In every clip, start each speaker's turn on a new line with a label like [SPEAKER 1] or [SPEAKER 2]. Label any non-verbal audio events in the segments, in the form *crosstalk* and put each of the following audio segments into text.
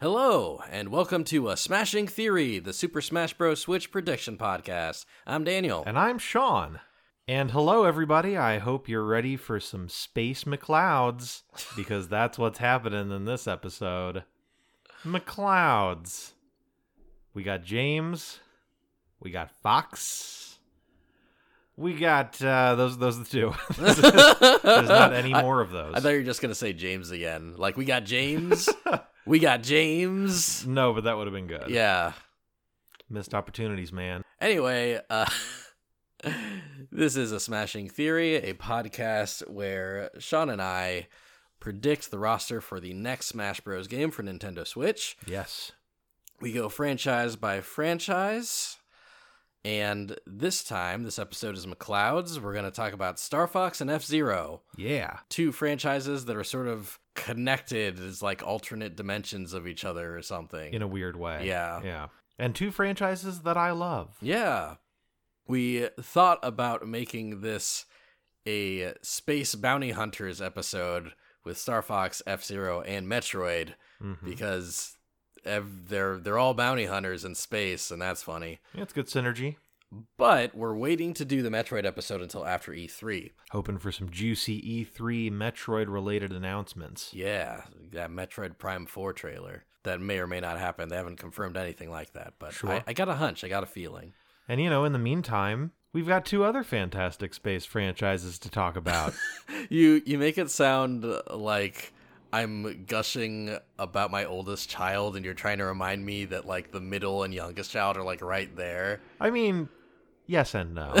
[SPEAKER 1] Hello, and welcome to A Smashing Theory, the Super Smash Bros. Switch prediction podcast. I'm Daniel.
[SPEAKER 2] And I'm Sean. And hello, everybody. I hope you're ready for some Space McLeods because that's what's happening in this episode. McLeods. We got James. We got Fox. We got uh, those. Those are the two. *laughs* There's not
[SPEAKER 1] *laughs*
[SPEAKER 2] any
[SPEAKER 1] I-
[SPEAKER 2] more of those.
[SPEAKER 1] I thought you were just going to say James again. Like, we got James. we got
[SPEAKER 2] *laughs*
[SPEAKER 1] James.
[SPEAKER 2] no, but that would have been good.
[SPEAKER 1] Yeah.
[SPEAKER 2] missed opportunities, man.
[SPEAKER 1] Anyway, uh, *laughs* this is A Smashing Theory, a podcast where Sean and I predict the roster for the next Smash Bros. game for Nintendo Switch.
[SPEAKER 2] Yes.
[SPEAKER 1] We go franchise by franchise. And this time, this episode is McLeod's. We're going to talk about Star Fox and F Zero,
[SPEAKER 2] Yeah.
[SPEAKER 1] two franchises that are sort of connected as like alternate dimensions of each other or something.
[SPEAKER 2] In a weird way.
[SPEAKER 1] Yeah.
[SPEAKER 2] Yeah. And two franchises that I love.
[SPEAKER 1] Yeah. We thought about making this a space bounty hunters episode with Star Fox, F Zero, and Metroid
[SPEAKER 2] Mhm.
[SPEAKER 1] because ev- they're they're all bounty hunters in space, and that's funny.
[SPEAKER 2] Yeah, it's good synergy.
[SPEAKER 1] But we're waiting to do the Metroid episode until after E E3.
[SPEAKER 2] Hoping for some juicy E3 Metroid related announcements.
[SPEAKER 1] Yeah, that Metroid Prime 4 trailer. That may or may not happen. They haven't confirmed anything like that, but
[SPEAKER 2] Sure.
[SPEAKER 1] I, I got a hunch. I got a feeling.
[SPEAKER 2] And you know, in the meantime, we've got two other fantastic space franchises to talk about.
[SPEAKER 1] You you make it sound like I'm gushing about my oldest child, and you're trying to remind me that like the middle and youngest child are like right
[SPEAKER 2] *laughs*
[SPEAKER 1] there.
[SPEAKER 2] I mean, yes and no.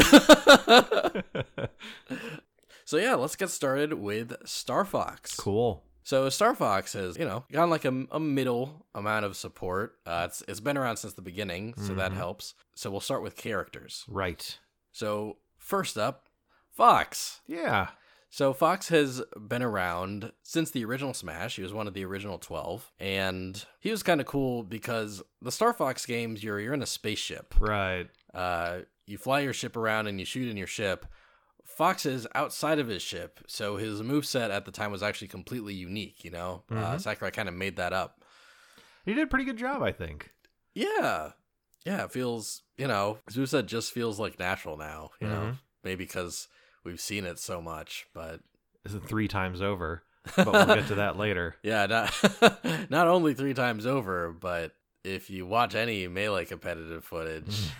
[SPEAKER 1] So yeah, let's get started with Star Fox.
[SPEAKER 2] cool.
[SPEAKER 1] So Star Fox has, you know, gotten like a, a middle amount of support. Uh, it's it's been around since the beginning, so that
[SPEAKER 2] Mhm.
[SPEAKER 1] helps. So we'll start with characters.
[SPEAKER 2] Right.
[SPEAKER 1] So first up, Fox.
[SPEAKER 2] Yeah.
[SPEAKER 1] So Fox has been around since the original Smash. He was one of the original twelve, and he was kind of cool because the Star Fox games, you're you're in a spaceship.
[SPEAKER 2] Right.
[SPEAKER 1] Uh, you fly your ship around and you shoot in your ship. Fox is outside of his ship, so his moveset at the time was actually completely unique, you know? Uh,
[SPEAKER 2] Mhm.
[SPEAKER 1] Sakurai kind of made that up.
[SPEAKER 2] He did a pretty good job, I think.
[SPEAKER 1] Yeah. Yeah, it feels, you know, his moveset just feels like natural now, you know?
[SPEAKER 2] Mhm.
[SPEAKER 1] Maybe because we've seen it so much, but
[SPEAKER 2] This is three times over, but we'll get to that later.
[SPEAKER 1] *laughs* yeah, not, *laughs* not only three times over, but if you watch any Melee competitive
[SPEAKER 2] *laughs*
[SPEAKER 1] footage,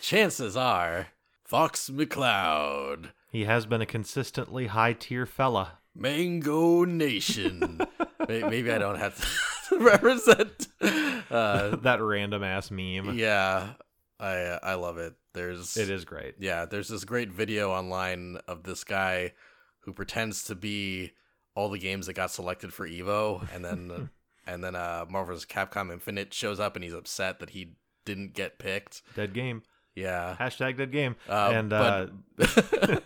[SPEAKER 1] chances are Fox McCloud.
[SPEAKER 2] he has been a consistently high tier fella.
[SPEAKER 1] Mango Nation. *laughs* May- Maybe I don't have to *laughs* reference that. Uh,
[SPEAKER 2] that random ass meme.
[SPEAKER 1] yeah, I I love it. There's
[SPEAKER 2] It is great.
[SPEAKER 1] yeah. There's this great video online of this guy who pretends to be all the games that got selected for Evo, and
[SPEAKER 2] *laughs*
[SPEAKER 1] then and then uh, Marvel's Capcom Infinite shows up, and he's upset that he didn't get picked.
[SPEAKER 2] Dead game.
[SPEAKER 1] Yeah,
[SPEAKER 2] Hashtag dead game.
[SPEAKER 1] uh,
[SPEAKER 2] and
[SPEAKER 1] but-
[SPEAKER 2] uh,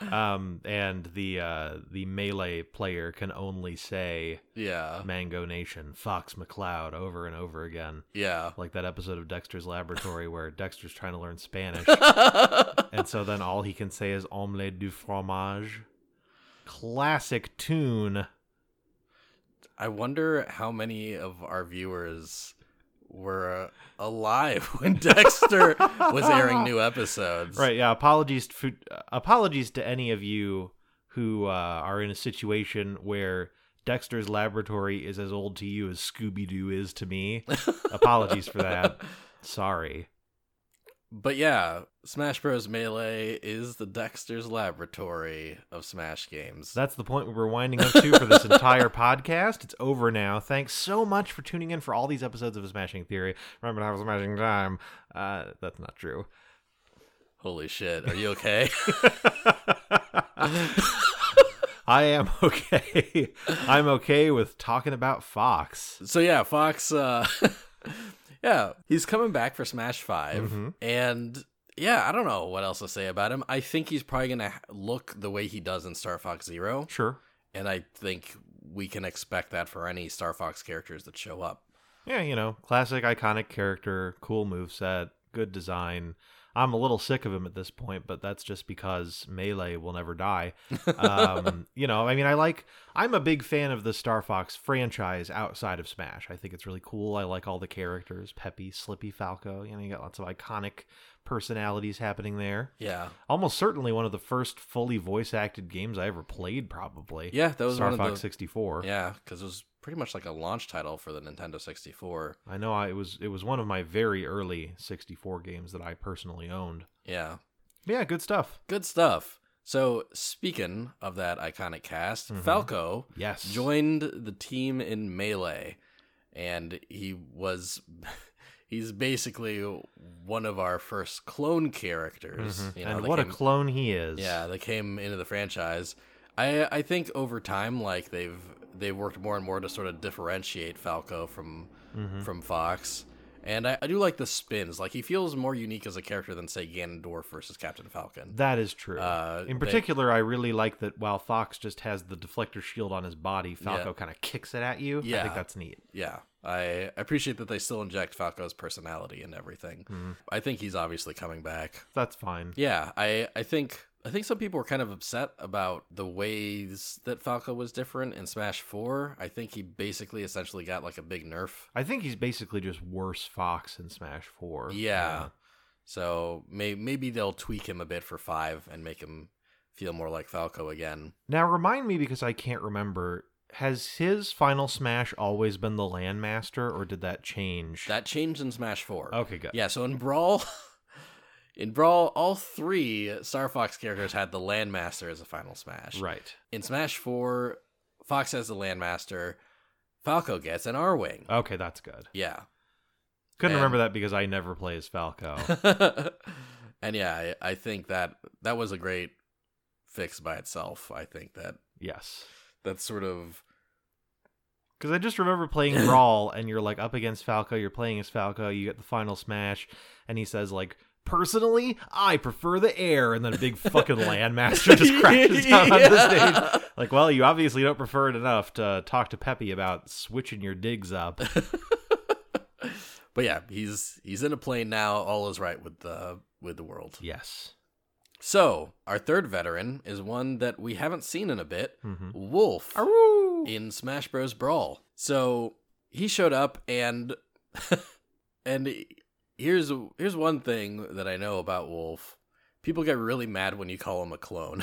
[SPEAKER 2] *laughs* um and the uh the melee player can only say
[SPEAKER 1] yeah,
[SPEAKER 2] Mango Nation, Fox McCloud over and over again.
[SPEAKER 1] yeah.
[SPEAKER 2] Like that episode of Dexter's Laboratory where Dexter's trying to learn Spanish
[SPEAKER 1] *laughs*
[SPEAKER 2] and so then all he can say is omelette du fromage. Classic tune.
[SPEAKER 1] I wonder how many of our viewers were uh, alive *laughs* when Dexter was airing new episodes.
[SPEAKER 2] Right, yeah, apologies to, apologies to any of you who uh, are in a situation where Dexter's Laboratory is as old to you as Scooby Doo is to me. apologies for that. Sorry.
[SPEAKER 1] *laughs* But yeah, Smash Bros. Melee is the Dexter's laboratory of Smash games.
[SPEAKER 2] So that's the point we were winding up to for this entire podcast. It's over now. Thanks so much for tuning in for all these episodes of Smashing Theory. Remember to have a smashing time. Uh, that's not true.
[SPEAKER 1] Holy shit, are you okay? *laughs*
[SPEAKER 2] I am *laughs* okay. I'm okay with talking about Fox.
[SPEAKER 1] so yeah, Fox uh *laughs* yeah, he's coming back for Smash 5
[SPEAKER 2] Mhm.
[SPEAKER 1] and yeah, I don't know what else to say about him. I think he's probably going to look the way he does in Star Fox 0.
[SPEAKER 2] Sure.
[SPEAKER 1] and I think we can expect that for any Star Fox characters that show up.
[SPEAKER 2] Yeah, you know, classic iconic character, cool moveset, good design. I'm a little sick of him at this point, but that's just because Melee will never die.
[SPEAKER 1] *laughs*
[SPEAKER 2] Um, you know, I mean, I like, I'm a big fan of the Star Fox franchise outside of Smash. I think it's really cool. I like all the characters Peppy, Slippy, Falco. You know, you got lots of iconic personalities happening there.
[SPEAKER 1] yeah,
[SPEAKER 2] Almost certainly one of the first fully voice acted games I ever played, probably.
[SPEAKER 1] yeah. That was
[SPEAKER 2] Star
[SPEAKER 1] one
[SPEAKER 2] Fox
[SPEAKER 1] of the
[SPEAKER 2] 64.
[SPEAKER 1] yeah, because it was pretty much like a launch title for the Nintendo 64.
[SPEAKER 2] I know I, it was it was one of my very early 64 games that I personally owned.
[SPEAKER 1] Yeah,
[SPEAKER 2] But yeah, good stuff.
[SPEAKER 1] good stuff. So speaking of that iconic cast,
[SPEAKER 2] Mhm.
[SPEAKER 1] Falco
[SPEAKER 2] Yes.
[SPEAKER 1] joined the team in melee and he was *laughs* he's basically one of our first clone characters
[SPEAKER 2] Mhm.
[SPEAKER 1] you know,
[SPEAKER 2] and
[SPEAKER 1] that
[SPEAKER 2] what
[SPEAKER 1] came-
[SPEAKER 2] a clone he is.
[SPEAKER 1] yeah that came into the franchise i i think over time like they've they've worked more and more to sort of differentiate falco from
[SPEAKER 2] Mhm.
[SPEAKER 1] from fox and I, I do like the spins like he feels more unique as a character than say ganondorf versus captain falcon
[SPEAKER 2] That is true.
[SPEAKER 1] Uh,
[SPEAKER 2] In
[SPEAKER 1] they-
[SPEAKER 2] particular, I really like that while Fox just has the deflector shield on his body, Falco
[SPEAKER 1] Yeah.
[SPEAKER 2] kind of kicks it at you. I
[SPEAKER 1] Yeah.
[SPEAKER 2] think that's neat.
[SPEAKER 1] yeah i appreciate that they still inject falco's personality and everything
[SPEAKER 2] Mhm.
[SPEAKER 1] i think he's obviously coming back
[SPEAKER 2] That's fine.
[SPEAKER 1] Yeah, I I think I think some people were kind of upset about the ways that Falco was different in Smash 4. I think he basically essentially got like a big nerf.
[SPEAKER 2] I think he's basically just worse Fox in Smash 4.
[SPEAKER 1] Yeah. So may, maybe they'll tweak him a bit for 5 and make him feel more like Falco again.
[SPEAKER 2] Now remind me because I can't remember. Has his final smash always been the landmaster, or did that change?
[SPEAKER 1] That changed in Smash 4.
[SPEAKER 2] okay, good.
[SPEAKER 1] Yeah, so in Brawl *laughs* in Brawl all 3 Star Fox characters had the Landmaster as a final smash.
[SPEAKER 2] Right.
[SPEAKER 1] In Smash 4, Fox has the Landmaster, Falco gets an R-wing.
[SPEAKER 2] Okay, that's good.
[SPEAKER 1] yeah.
[SPEAKER 2] Couldn't
[SPEAKER 1] And-
[SPEAKER 2] remember that because I never play as Falco. *laughs*
[SPEAKER 1] *laughs* and yeah, I, I think that that was a great fix by itself. I think that
[SPEAKER 2] yes.
[SPEAKER 1] that's sort of
[SPEAKER 2] Because I just remember playing Brawl, and you're like up against Falco, you're playing as Falco, you get the final smash, and he says, like, personally, I prefer the air, and then a big fucking
[SPEAKER 1] *laughs*
[SPEAKER 2] landmaster just crashes down on the stage. Like, well, you obviously don't prefer it enough to talk to Peppy about switching your digs up.
[SPEAKER 1] stage. *laughs* but yeah, he's he's in a plane now. All is right with the with the world.
[SPEAKER 2] Yes.
[SPEAKER 1] So our third veteran is one that we haven't seen in a bit,
[SPEAKER 2] Mm-hmm.
[SPEAKER 1] Wolf.
[SPEAKER 2] Aroo!
[SPEAKER 1] in Smash Bros. Brawl. So he showed up, and *laughs* and here's here's one thing that I know about Wolf. People get really mad when you call him a clone.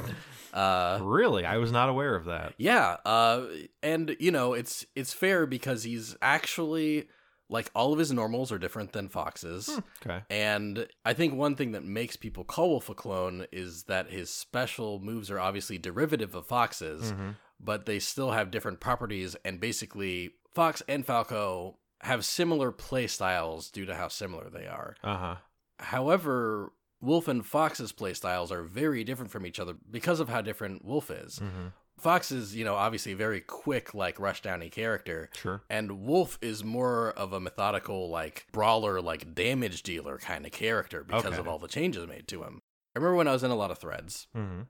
[SPEAKER 1] *laughs* uh,
[SPEAKER 2] Really? I was not aware of that.
[SPEAKER 1] yeah, uh, and you know it's it's fair because he's actually like all of his normals are different than Fox's.
[SPEAKER 2] Hmm, Okay.
[SPEAKER 1] And I think one thing that makes people call Wolf a clone is that his special moves are obviously derivative of Fox's,
[SPEAKER 2] Mhm.
[SPEAKER 1] but they still have different properties and basically Fox and Falco have similar play styles due to how similar they are.
[SPEAKER 2] Uh-huh.
[SPEAKER 1] However, Wolf and Fox's play styles are very different from each other because of how different Wolf is.
[SPEAKER 2] Mm-hmm.
[SPEAKER 1] Fox is, you know, obviously a very quick like rushdowny character.
[SPEAKER 2] Sure.
[SPEAKER 1] And Wolf is more of a methodical, like brawler, like damage dealer kind of character because
[SPEAKER 2] Okay.
[SPEAKER 1] of all the changes made to him. I remember when I was in a lot of threads
[SPEAKER 2] Mm-hmm.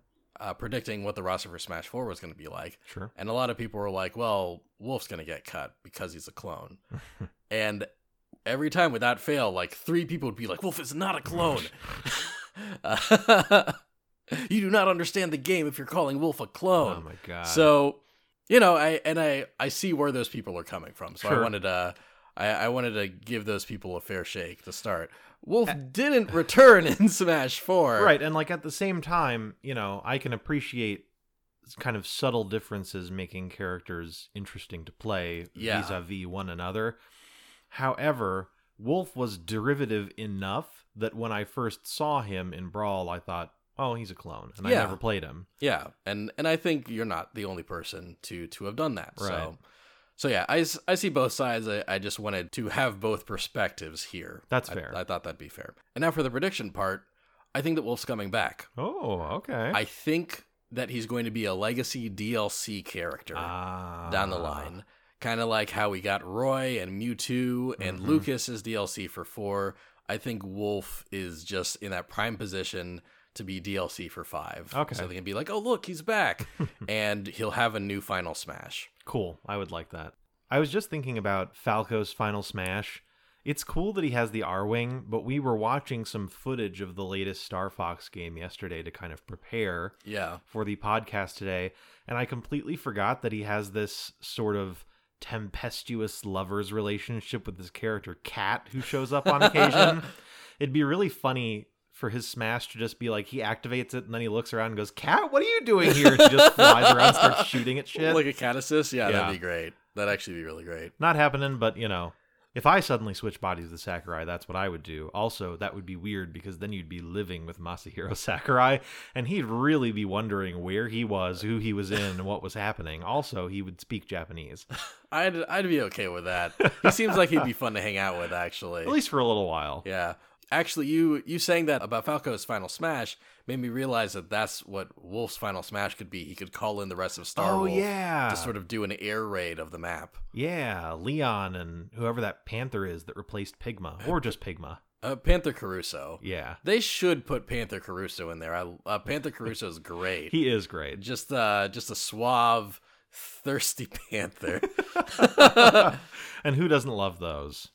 [SPEAKER 1] uh, predicting what the roster for Smash 4 was going to be like.
[SPEAKER 2] Sure.
[SPEAKER 1] And a lot of people were like, well, Wolf's going to get cut because he's a clone.
[SPEAKER 2] *laughs*
[SPEAKER 1] and every time without fail, like three people would be like, Wolf is not a clone. *laughs* Uh, you do not understand the game if you're calling Wolf a
[SPEAKER 2] Oh,
[SPEAKER 1] clone.
[SPEAKER 2] my God.
[SPEAKER 1] so, you know, I and I I see where those people are coming from. So
[SPEAKER 2] Sure.
[SPEAKER 1] I wanted to I, I wanted to give those people a fair shake to start. Wolf didn't return *laughs* in Smash 4.
[SPEAKER 2] Right, and like at the same time, you know, I can appreciate s- kind of subtle differences making characters interesting to play
[SPEAKER 1] Yeah.
[SPEAKER 2] vis-a-vis one another. However, Wolf was derivative enough that when I first saw him in Brawl, I thought, "Oh, he's a clone," and I
[SPEAKER 1] Yeah.
[SPEAKER 2] never played him.
[SPEAKER 1] Yeah, and and I think you're not the only person to to have done that.
[SPEAKER 2] Right.
[SPEAKER 1] So, so yeah, I, s- I see both sides. I, I just wanted to have both perspectives here.
[SPEAKER 2] That's
[SPEAKER 1] I-
[SPEAKER 2] fair.
[SPEAKER 1] I, thought that'd be fair. And now for the prediction part, I think that Wolf's coming back.
[SPEAKER 2] Oh, okay.
[SPEAKER 1] I think that he's going to be a legacy DLC character
[SPEAKER 2] ah,
[SPEAKER 1] down the line, kind of like how we got Roy and Mewtwo and
[SPEAKER 2] Mhm.
[SPEAKER 1] Lucas as DLC for four. I think Wolf is just in that prime position to be DLC for five.
[SPEAKER 2] Okay.
[SPEAKER 1] so they can be like, "Oh, look, he's back,"
[SPEAKER 2] *laughs*
[SPEAKER 1] and he'll have a new final smash.
[SPEAKER 2] Cool. I would like that. I was just thinking about Falco's final smash It's cool that he has the R Wing, but we were watching some footage of the latest Star Fox game yesterday to kind of prepare
[SPEAKER 1] Yeah.
[SPEAKER 2] for the podcast today, and I completely forgot that he has this sort of tempestuous lover's relationship with this character Cat who shows up on occasion. It'd be really funny for his smash to just be like he activates it and then he looks around and goes, "Cat, what are you doing here?" and she just flies around and starts shooting at shit.
[SPEAKER 1] Like a catasis? Yeah,
[SPEAKER 2] Yeah.
[SPEAKER 1] that'd be great. That'd actually be really great.
[SPEAKER 2] Not happening, but you know, if I suddenly switch bodies with Sakurai, that's what I would do. Also, that would be weird because then you'd be living with Masahiro *laughs* Sakurai, and he'd really be wondering where he was, who he was in, and what was happening. Also, he would speak Japanese,
[SPEAKER 1] I'd I'd be okay with that. He seems like he'd be fun to hang out with actually.
[SPEAKER 2] at least for a little while.
[SPEAKER 1] Yeah. Actually, you you saying that about Falco's final smash made me realize that that's what Wolf's final smash could be. He could call in the rest of Star
[SPEAKER 2] oh
[SPEAKER 1] Wolf
[SPEAKER 2] yeah,
[SPEAKER 1] to sort of do an air raid of the map.
[SPEAKER 2] yeah. Leon and whoever that panther is that replaced Pigma, or just Pigma.
[SPEAKER 1] Uh, Panther Caruso.
[SPEAKER 2] Yeah,
[SPEAKER 1] They should put Panther Caruso in there. I, uh, Panther Caruso is great.
[SPEAKER 2] he is great.
[SPEAKER 1] just uh, just a suave, thirsty *laughs*
[SPEAKER 2] *laughs*
[SPEAKER 1] panther.
[SPEAKER 2] and who doesn't love those?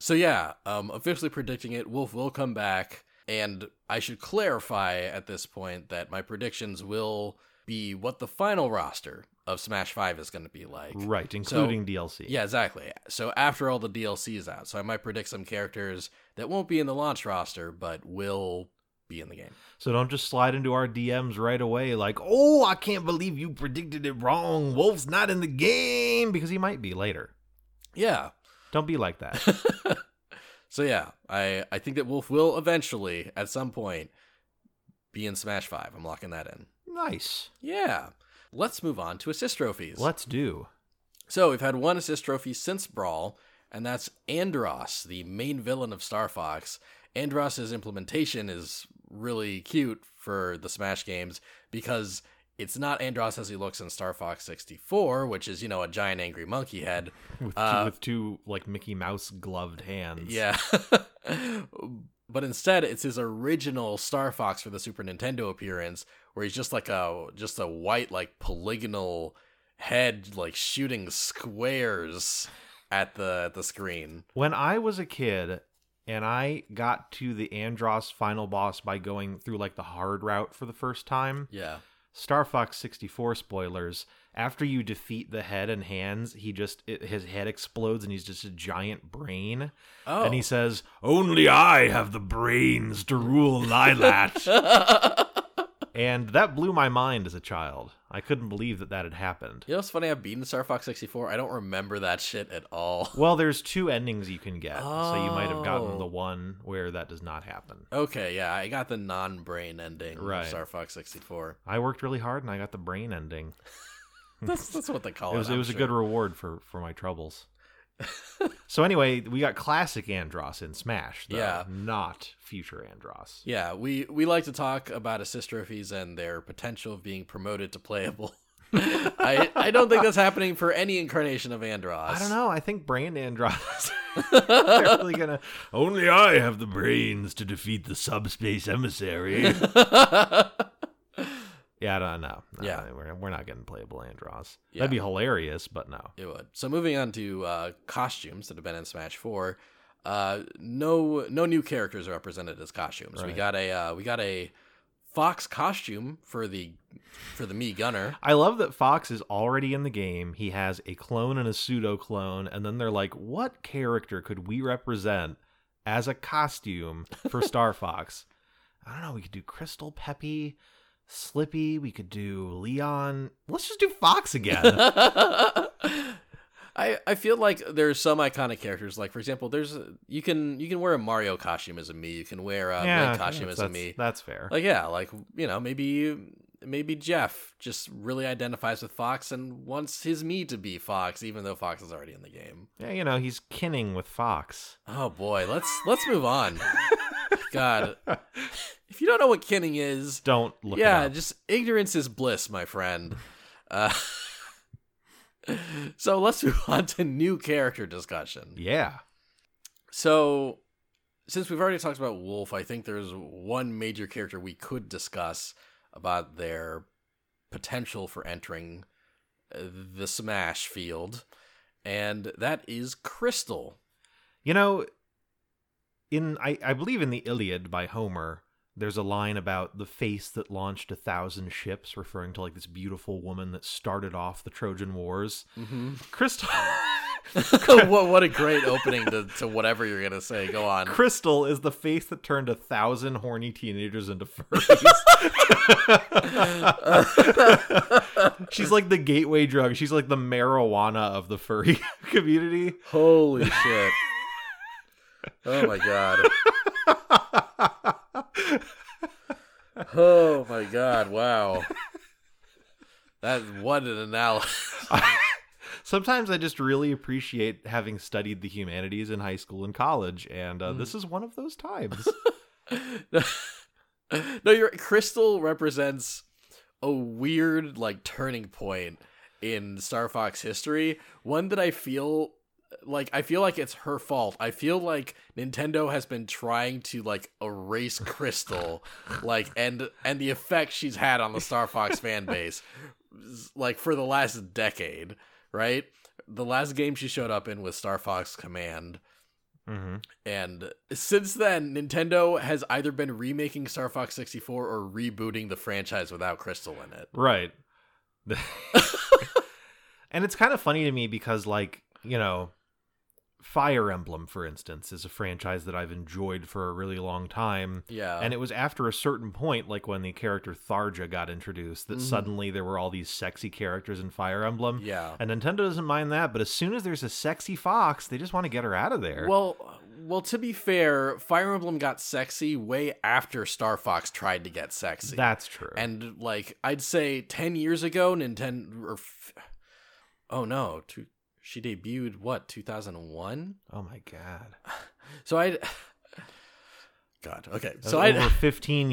[SPEAKER 1] So yeah, um, officially predicting it, Wolf will come back, and I should clarify at this point that my predictions will be what the final roster of Smash Five is going to be like.
[SPEAKER 2] Right, including DLC.
[SPEAKER 1] Yeah, exactly. So after all the DLC is out, so I might predict some characters that won't be in the launch roster but will be in the game.
[SPEAKER 2] So don't just slide into our DMs right away like, oh, I can't believe you predicted it wrong. Wolf's not in the game because he might be later.
[SPEAKER 1] Yeah. *laughs*
[SPEAKER 2] Don't be like that.
[SPEAKER 1] So yeah, I I think that Wolf will eventually at some point be in Smash Five. I'm locking that in.
[SPEAKER 2] *laughs* nice.
[SPEAKER 1] Yeah. Let's move on to assist trophies.
[SPEAKER 2] Let's do.
[SPEAKER 1] So we've had one assist trophy since Brawl, and that's Andros, the main villain of Star Fox. Andros's implementation is really cute for the Smash games because it's not Andros as he looks in Star Fox 64, which is, you know, a giant angry monkey head.
[SPEAKER 2] *laughs* With two,
[SPEAKER 1] Uh,
[SPEAKER 2] with two like Mickey Mouse gloved hands.
[SPEAKER 1] Yeah. *laughs* but instead it's his original Star Fox for the Super Nintendo appearance where he's just like a just a white like polygonal head like shooting squares at the at the screen.
[SPEAKER 2] When I was a kid and I got to the Andros final boss by going through like the hard route for the first time,
[SPEAKER 1] Yeah.
[SPEAKER 2] Star Fox 64 spoilers. After you defeat the head and hands, he just it, his head explodes and he's just a giant brain.
[SPEAKER 1] Oh.
[SPEAKER 2] And he says, Only I have the brains to rule
[SPEAKER 1] *laughs*
[SPEAKER 2] Lilat. and that blew my mind as a child. I couldn't believe that that had happened.
[SPEAKER 1] you know what's funny? I've beaten Star Fox 64. I don't remember that shit at all. *laughs*
[SPEAKER 2] Well, there's two endings you can get, so you might have gotten
[SPEAKER 1] Oh.
[SPEAKER 2] the one where that does not happen.
[SPEAKER 1] Okay, yeah, I got the non-brain ending
[SPEAKER 2] Right.
[SPEAKER 1] of Star Fox 64.
[SPEAKER 2] *laughs* I worked really hard and I got the brain ending.
[SPEAKER 1] That's that's what they call it.
[SPEAKER 2] It was it
[SPEAKER 1] Oh, I'm
[SPEAKER 2] was a
[SPEAKER 1] sure.
[SPEAKER 2] good reward for for my troubles.
[SPEAKER 1] *laughs*
[SPEAKER 2] so anyway, we got classic Andros in Smash, though,
[SPEAKER 1] Yeah.
[SPEAKER 2] not future Andros.
[SPEAKER 1] Yeah, we we like to talk about assist trophies and their potential of being promoted to playable. *laughs* I I don't think that's happening for any incarnation of Andros.
[SPEAKER 2] I don't know. I think
[SPEAKER 1] *laughs*
[SPEAKER 2] brain *laughs* Andros. They're really gonna. Only I have the brains to defeat the
[SPEAKER 1] *laughs*
[SPEAKER 2] subspace emissary. yeah, I don't know. No,
[SPEAKER 1] Yeah.
[SPEAKER 2] we're, we're not getting playable Andros.
[SPEAKER 1] Yeah.
[SPEAKER 2] That'd be hilarious, but no.
[SPEAKER 1] It would. So moving on to uh, costumes that have been in Smash Four, uh, no no new characters are represented as costumes. We
[SPEAKER 2] Right.
[SPEAKER 1] got a uh, we got a fox costume for the for the me gunner.
[SPEAKER 2] I love that Fox is already in the game. He has a clone and a pseudo clone, and then they're like, "What character could we represent as a costume for Star Fox?" I don't know. We could do Crystal Peppy, Slippy. We could do Leon. Let's just do
[SPEAKER 1] *laughs*
[SPEAKER 2] Fox again.
[SPEAKER 1] I I feel like there's some iconic characters. Like for example, there's you can you can wear a Mario costume as a me. You can wear a Link
[SPEAKER 2] okay,
[SPEAKER 1] costume
[SPEAKER 2] that's-
[SPEAKER 1] as a
[SPEAKER 2] that's,
[SPEAKER 1] me.
[SPEAKER 2] That's fair.
[SPEAKER 1] Like yeah, like you know maybe maybe Jeff just really identifies with Fox and wants his me to be Fox, even though Fox is already in the game.
[SPEAKER 2] yeah, you know, he's kinning with Fox.
[SPEAKER 1] Oh boy, let's let's move
[SPEAKER 2] *laughs*
[SPEAKER 1] on. God, if you don't know what kinning is,
[SPEAKER 2] Don't look
[SPEAKER 1] yeah,
[SPEAKER 2] it up.
[SPEAKER 1] just ignorance is bliss, my friend. Uh, *laughs* so let's move on to new character discussion.
[SPEAKER 2] Yeah.
[SPEAKER 1] So, since we've already talked about Wolf, I think there's one major character we could discuss about their potential for entering uh, the Smash field, and that is Crystal.
[SPEAKER 2] You know, in I, I believe in the Iliad by Homer, there's a line about the face that launched a thousand ships, referring to like this beautiful woman that started off the Trojan Wars.
[SPEAKER 1] Mm-hmm.
[SPEAKER 2] Crystal
[SPEAKER 1] *laughs*
[SPEAKER 2] *laughs*
[SPEAKER 1] what, what a great opening to, to whatever you're going to say. Go on.
[SPEAKER 2] Crystal is the face that turned a thousand horny teenagers into furries. *laughs* She's like the gateway drug. She's like the marijuana of the furry *laughs* community.
[SPEAKER 1] Holy shit. Oh my god. Oh my god. Wow. That what an analogy.
[SPEAKER 2] Sometimes I just really appreciate having studied the humanities in high school and college, and uh,
[SPEAKER 1] Mm.
[SPEAKER 2] this is one of those
[SPEAKER 1] *laughs*
[SPEAKER 2] times.
[SPEAKER 1] no, your crystal represents a weird like turning point in Star Fox history. One that I feel like I feel like it's her fault. I feel like Nintendo has been trying to like erase Crystal, like and and the effect she's had on the Star Fox fan base, like for the last decade, right? The last game she showed up in was Star Fox Command,
[SPEAKER 2] mm-hmm.
[SPEAKER 1] and since then Nintendo has either been remaking Star Fox sixty four or rebooting the franchise without Crystal in it.
[SPEAKER 2] Right. *laughs* and it's kind of funny to me because, like, you know, Fire Emblem, for instance, is a franchise that I've enjoyed for a really long time.
[SPEAKER 1] Yeah,
[SPEAKER 2] And it was after a certain point, like when the character Tharja got introduced, that
[SPEAKER 1] Mhm.
[SPEAKER 2] suddenly there were all these sexy characters in Fire Emblem.
[SPEAKER 1] yeah.
[SPEAKER 2] And Nintendo doesn't mind that, but as soon as there's a sexy fox, they just want to get her out of there.
[SPEAKER 1] Well, well. To be fair, Fire Emblem got sexy way after Star Fox tried to get sexy.
[SPEAKER 2] That's true.
[SPEAKER 1] And like I'd say, ten years ago, Nintendo. Or f- oh no, two, she debuted what two thousand and one.
[SPEAKER 2] oh my god.
[SPEAKER 1] So I. *sighs* God. Okay.
[SPEAKER 2] That
[SPEAKER 1] So
[SPEAKER 2] was
[SPEAKER 1] I.
[SPEAKER 2] over 15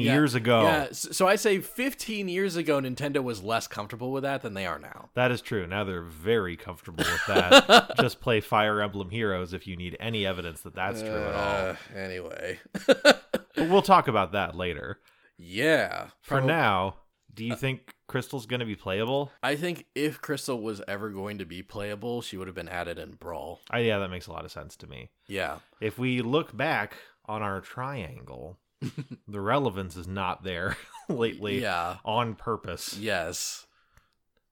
[SPEAKER 1] *laughs* Yeah,
[SPEAKER 2] years ago.
[SPEAKER 1] Yeah. So so I say, fifteen years ago, Nintendo was less comfortable with that than they are now.
[SPEAKER 2] That is true. Now they're very
[SPEAKER 1] *laughs*
[SPEAKER 2] comfortable with that. Just play Fire Emblem Heroes if you need any evidence that that's true at all.
[SPEAKER 1] Uh, Anyway. *laughs*
[SPEAKER 2] But we'll talk about that later.
[SPEAKER 1] yeah.
[SPEAKER 2] For
[SPEAKER 1] Probab- uh,
[SPEAKER 2] now, do you think Crystal's going to be playable?
[SPEAKER 1] I think if Crystal was ever going to be playable, she would have been added in Brawl.
[SPEAKER 2] I, yeah, that makes a lot of sense to me.
[SPEAKER 1] Yeah.
[SPEAKER 2] If we look back on our
[SPEAKER 1] *laughs*
[SPEAKER 2] triangle, the relevance is not there *laughs* lately
[SPEAKER 1] Yeah.
[SPEAKER 2] on purpose.
[SPEAKER 1] Yes.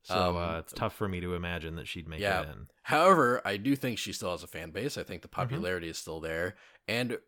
[SPEAKER 2] So
[SPEAKER 1] Um,
[SPEAKER 2] uh, it's tough for me to imagine that she'd make
[SPEAKER 1] Yeah.
[SPEAKER 2] it in.
[SPEAKER 1] However, I do think she still has a fan base. I think
[SPEAKER 2] Mm-hmm.
[SPEAKER 1] the popularity is still there, and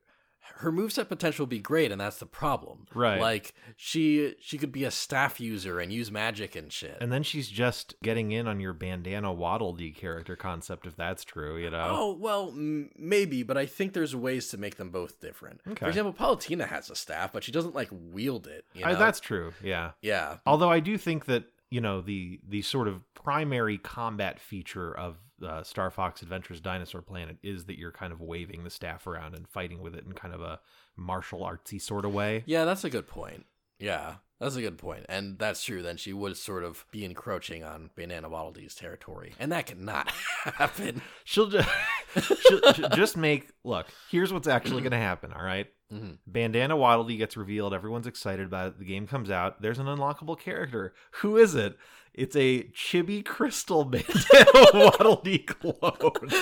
[SPEAKER 1] her moveset potential would be great, and that's the problem.
[SPEAKER 2] Right.
[SPEAKER 1] Like she she could be a staff user and use magic and shit.
[SPEAKER 2] and then she's just getting in on your bandana waddle D character concept, if that's true, you know?
[SPEAKER 1] oh well, m- maybe, but I think there's ways to make them both different.
[SPEAKER 2] Okay.
[SPEAKER 1] For example, Palutena has a staff, but she doesn't like wield it. You know?
[SPEAKER 2] I- that's true, yeah.
[SPEAKER 1] yeah.
[SPEAKER 2] Although I do think that you know the the sort of primary combat feature of uh, Star Fox Adventures Dinosaur Planet is that you're kind of waving the staff around and fighting with it in kind of a martial artsy sort of way.
[SPEAKER 1] Yeah, that's a good point. Yeah, that's a good point, and that's true. Then she would sort of be encroaching on Banana Bottle D's territory, and that cannot *laughs* happen.
[SPEAKER 2] She'll just *laughs* she'll, she'll just make look. Here's what's actually going to happen. All right.
[SPEAKER 1] Mhm.
[SPEAKER 2] Bandana Waddledy gets revealed. Everyone's excited about it. The game comes out. There's an unlockable character. Who is it? It's a chibi crystal *laughs* bandana Waddledy clone.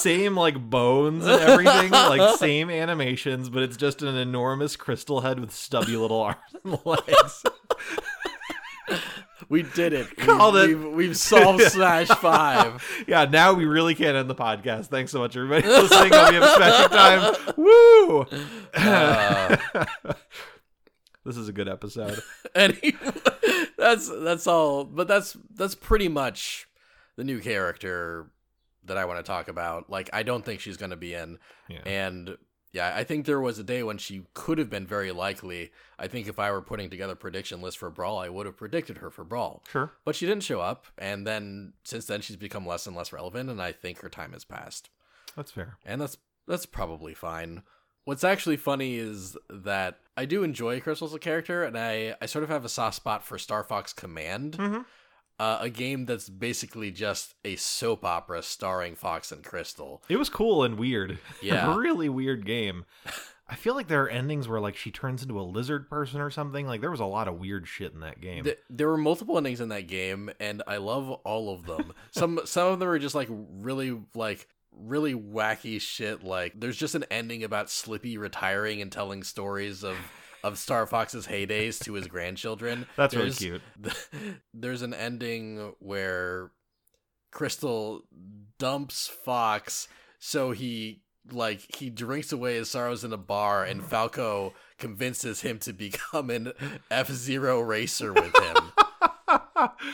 [SPEAKER 2] same like bones and everything, like same animations, but it's just an enormous crystal head with stubby little *laughs* arms and legs.
[SPEAKER 1] We did it. We-
[SPEAKER 2] *laughs* Called it.
[SPEAKER 1] We've, we've
[SPEAKER 2] *laughs*
[SPEAKER 1] solved Smash Five.
[SPEAKER 2] yeah, now we really can't end the podcast. Thanks so much, everybody, for listening. Hope you have a special time. Woo!
[SPEAKER 1] Uh,
[SPEAKER 2] *laughs* this is a good episode.
[SPEAKER 1] *laughs* and he- that's that's all. But that's that's pretty much the new character that I want to talk about. Like, I don't think she's going to be in.
[SPEAKER 2] Yeah.
[SPEAKER 1] And yeah, I think there was a day when she could have been very likely. I think if I were putting together a prediction list for Brawl, I would have predicted her for Brawl.
[SPEAKER 2] Sure.
[SPEAKER 1] But she didn't show up, and then since then she's become less and less relevant, and I think her time has passed.
[SPEAKER 2] That's fair.
[SPEAKER 1] and that's that's probably fine. What's actually funny is that I do enjoy Crystal as a character, and I, I sort of have a soft spot for Star Fox Command,
[SPEAKER 2] Mhm.
[SPEAKER 1] uh, a game that's basically just a soap opera starring Fox and Crystal.
[SPEAKER 2] It was cool and weird.
[SPEAKER 1] Yeah.
[SPEAKER 2] really weird game. I feel like there are endings where like she turns into a lizard person or something. Like there was a lot of weird shit in that game.
[SPEAKER 1] Th- there were multiple endings in that game, and I love all of them. some some of them are just like really like really wacky shit. Like there's just an ending about Slippy retiring and telling stories of of Star Fox's heydays to his grandchildren.
[SPEAKER 2] That's
[SPEAKER 1] There's-
[SPEAKER 2] really cute. *laughs*
[SPEAKER 1] *laughs* there's an ending where Crystal dumps Fox so he like he drinks away his sorrows in a bar and Falco convinces him to become an F-Zero racer with him.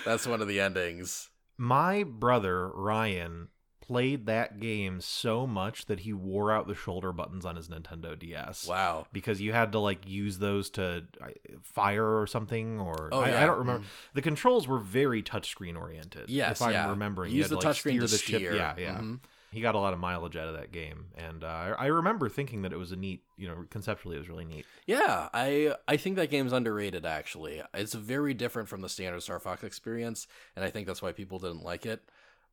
[SPEAKER 1] That's one of the endings.
[SPEAKER 2] My brother Ryan played that game so much that he wore out the shoulder buttons on his Nintendo DS.
[SPEAKER 1] Wow.
[SPEAKER 2] Because you had to like use those to I- fire or something, or
[SPEAKER 1] Oh,
[SPEAKER 2] I, I
[SPEAKER 1] yeah.
[SPEAKER 2] don't remember. The controls were very touchscreen oriented.
[SPEAKER 1] Yes,
[SPEAKER 2] if I'm
[SPEAKER 1] yeah.
[SPEAKER 2] remembering, you
[SPEAKER 1] Use
[SPEAKER 2] had to,
[SPEAKER 1] the touchscreen
[SPEAKER 2] like, steer
[SPEAKER 1] to
[SPEAKER 2] the
[SPEAKER 1] steer.
[SPEAKER 2] ship. Yeah, yeah.
[SPEAKER 1] Mhm.
[SPEAKER 2] He got a lot of mileage out of that game, and uh, I I remember thinking that it was a neat, you know, conceptually it was really neat.
[SPEAKER 1] Yeah, I I think that game's underrated actually. It's very different from the standard Star Fox experience, and I think that's why people didn't like it.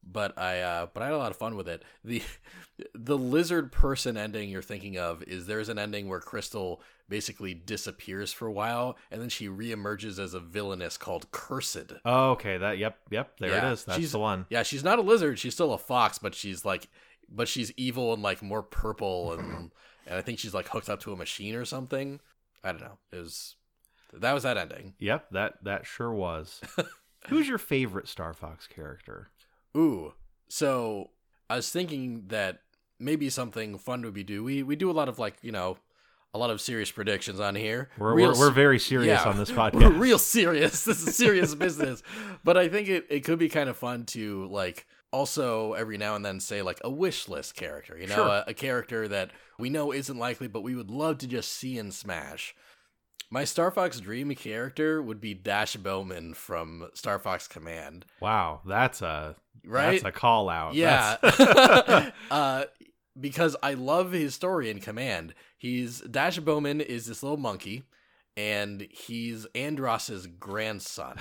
[SPEAKER 1] But I uh, but I had a lot of fun with it. The *laughs* the lizard person ending you're thinking of is there's an ending where Crystal basically disappears for a while and then she reemerges as a villainess called Cursed.
[SPEAKER 2] Oh, okay, that yep, yep, there
[SPEAKER 1] Yeah,
[SPEAKER 2] it is. That's
[SPEAKER 1] she's-
[SPEAKER 2] the one.
[SPEAKER 1] Yeah, she's not a lizard, she's still a fox, but she's like but she's evil and like more purple and and I think she's like hooked up to a machine or something. I don't know. It was that was that ending.
[SPEAKER 2] Yep, that that sure
[SPEAKER 1] *laughs*
[SPEAKER 2] was. Who's your favorite Star Fox character?
[SPEAKER 1] Ooh. So I was thinking that maybe something fun would be do. We we do a lot of like, you know, a lot of serious predictions on here.
[SPEAKER 2] We're,
[SPEAKER 1] Real
[SPEAKER 2] we're, we're very serious
[SPEAKER 1] yeah.
[SPEAKER 2] on
[SPEAKER 1] *laughs*
[SPEAKER 2] this
[SPEAKER 1] We're
[SPEAKER 2] podcast.
[SPEAKER 1] real serious. *laughs* This is serious business. But I think it, it could be kind of fun to like also every now and then say like a wish list character, you know,
[SPEAKER 2] Sure.
[SPEAKER 1] a, a character that we know isn't likely, but we would love to just see in Smash. My Star Fox dream character would be Dash Bowman from Star Fox Command,
[SPEAKER 2] Wow, that's a
[SPEAKER 1] right?
[SPEAKER 2] that's a call out.
[SPEAKER 1] Yeah. *laughs*
[SPEAKER 2] That's- *laughs*
[SPEAKER 1] uh, because I love his story in Command. He's Dash Bowman is this little monkey, and he's Andros's
[SPEAKER 2] *laughs*
[SPEAKER 1] grandson.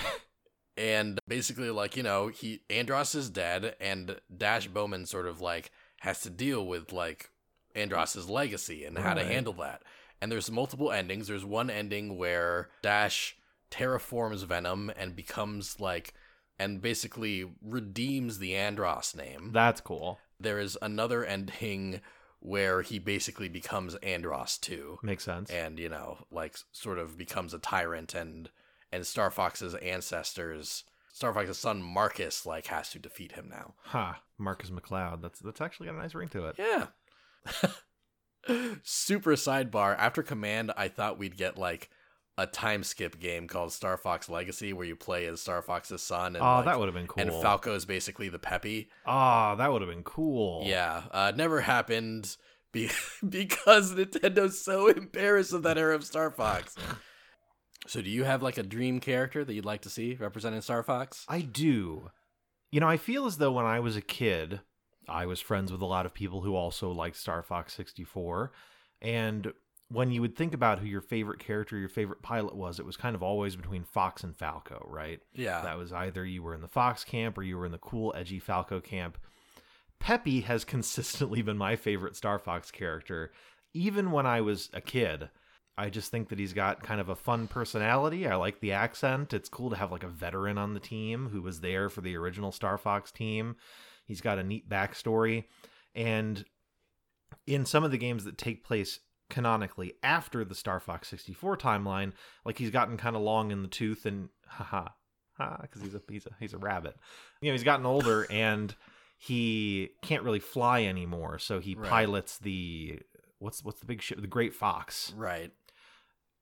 [SPEAKER 1] and basically, like you know, he Andros is dead, and Dash Bowman sort of like has to deal with like Andros's legacy and how to
[SPEAKER 2] Right.
[SPEAKER 1] handle that. And there's multiple endings. There's one ending where Dash terraforms Venom and becomes like and basically redeems the Andros name
[SPEAKER 2] that's cool.
[SPEAKER 1] there is another ending where he basically becomes Andros too,
[SPEAKER 2] Makes sense.
[SPEAKER 1] and you know, like sort of becomes a tyrant, and and Star Fox's ancestors, Star Fox's son Marcus, like has to defeat him now.
[SPEAKER 2] Ha, Marcus McLeod. That's that's actually got a nice ring to it.
[SPEAKER 1] Yeah. *laughs* Super sidebar. After Command, I thought we'd get like a time skip game called Star Fox Legacy, where you play as Star Fox's son, and
[SPEAKER 2] oh,
[SPEAKER 1] like,
[SPEAKER 2] that would have been cool.
[SPEAKER 1] and Falco is basically the Peppy.
[SPEAKER 2] oh, that would have been cool.
[SPEAKER 1] Yeah, uh, it never happened be- *laughs* because Nintendo's so embarrassed of that era of Star Fox. So, do you have like a dream character that you'd like to see representing Star Fox?
[SPEAKER 2] I do. You know, I feel as though when I was a kid, I was friends with a lot of people who also liked Star Fox 64. And when you would think about who your favorite character, your favorite pilot was, it was kind of always between Fox and Falco, right?
[SPEAKER 1] Yeah,
[SPEAKER 2] That was either you were in the Fox camp or you were in the cool, edgy Falco camp. Peppy has *laughs* consistently been my favorite Star Fox character, even when I was a kid. I just think that he's got kind of a fun personality. I like the accent. It's cool to have like a veteran on the team who was there for the original Star Fox team. He's got a neat backstory. And in some of the games that take place canonically after the Star Fox 64 timeline, like he's gotten kind of long in the tooth and *laughs* haha because he's a he's a he's a rabbit. You know, he's gotten
[SPEAKER 1] *laughs*
[SPEAKER 2] older and he can't really fly anymore, so he
[SPEAKER 1] Right.
[SPEAKER 2] pilots the what's what's the big ship, the Great Fox.
[SPEAKER 1] right.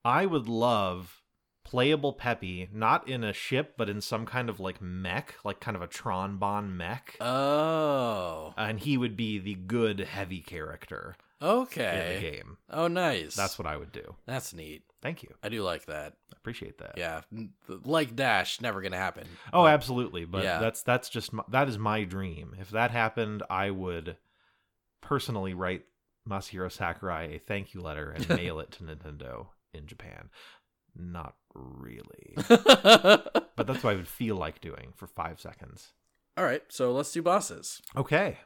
[SPEAKER 2] I would love playable Peppy, not in a ship, but in some kind of like mech, like kind of a Tron Bon mech.
[SPEAKER 1] Uh. Oh,
[SPEAKER 2] and he would be the good heavy character in the
[SPEAKER 1] okay.
[SPEAKER 2] game.
[SPEAKER 1] Oh, nice.
[SPEAKER 2] That's what I would do.
[SPEAKER 1] That's neat.
[SPEAKER 2] Thank you.
[SPEAKER 1] I do like that.
[SPEAKER 2] I appreciate that.
[SPEAKER 1] Yeah, like Dash, never gonna happen.
[SPEAKER 2] Oh,
[SPEAKER 1] But-
[SPEAKER 2] absolutely. But
[SPEAKER 1] yeah.
[SPEAKER 2] that's that's just my, that is my dream. If that happened, I would personally write Masahiro Sakurai a thank you
[SPEAKER 1] *laughs*
[SPEAKER 2] letter and mail it to Nintendo in Japan. Not really, but that's what I would feel like doing for five seconds.
[SPEAKER 1] *laughs* All right, so let's do bosses.
[SPEAKER 2] Okay,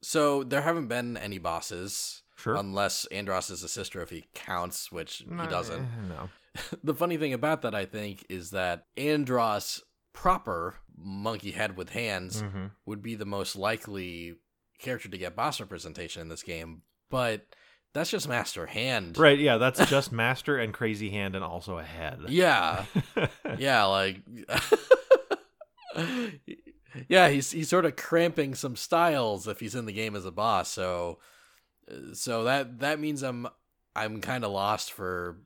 [SPEAKER 1] So there haven't been any bosses
[SPEAKER 2] sure.
[SPEAKER 1] unless Andros is a sister if he counts, which he doesn't.
[SPEAKER 2] eh, No.
[SPEAKER 1] *laughs* the funny thing about that, I think, is that Andros proper monkey head with hands
[SPEAKER 2] Mhm.
[SPEAKER 1] would be the most likely character to get boss representation in this game, but that's just Master Hand.
[SPEAKER 2] Right, yeah, that's just Master and Crazy Hand and also a head.
[SPEAKER 1] Yeah. Yeah, like *laughs* Yeah, he's he's sort of cramping some styles if he's in the game as a boss. So so that that means I'm I'm kind of lost for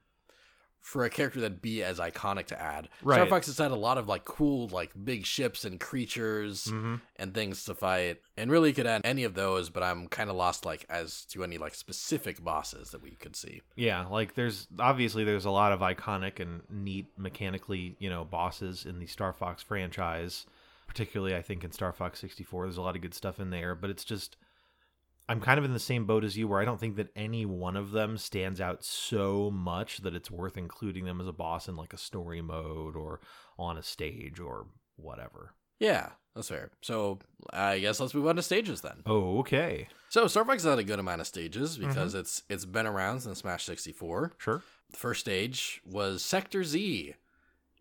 [SPEAKER 1] for a character that'd be as iconic to add. Star
[SPEAKER 2] Right.
[SPEAKER 1] Fox has had a lot of like cool like big ships and creatures
[SPEAKER 2] hmm
[SPEAKER 1] and things to fight. And really could add any of those, but I'm kind of lost like as to any like specific bosses that we could see.
[SPEAKER 2] Yeah, like there's obviously there's a lot of iconic and neat mechanically, you know, bosses in the Star Fox franchise, particularly I think in Star Fox 64 there's a lot of good stuff in there, but it's just I'm kind of in the same boat as you where I don't think that any one of them stands out so much that it's worth including them as a boss in like a story mode or on a stage or whatever.
[SPEAKER 1] Yeah, that's fair. So I guess let's move on to stages then.
[SPEAKER 2] Oh, okay.
[SPEAKER 1] So Star Fox had a good amount of stages because it's it's been around since Smash 64.
[SPEAKER 2] Sure.
[SPEAKER 1] The first stage was Sector Z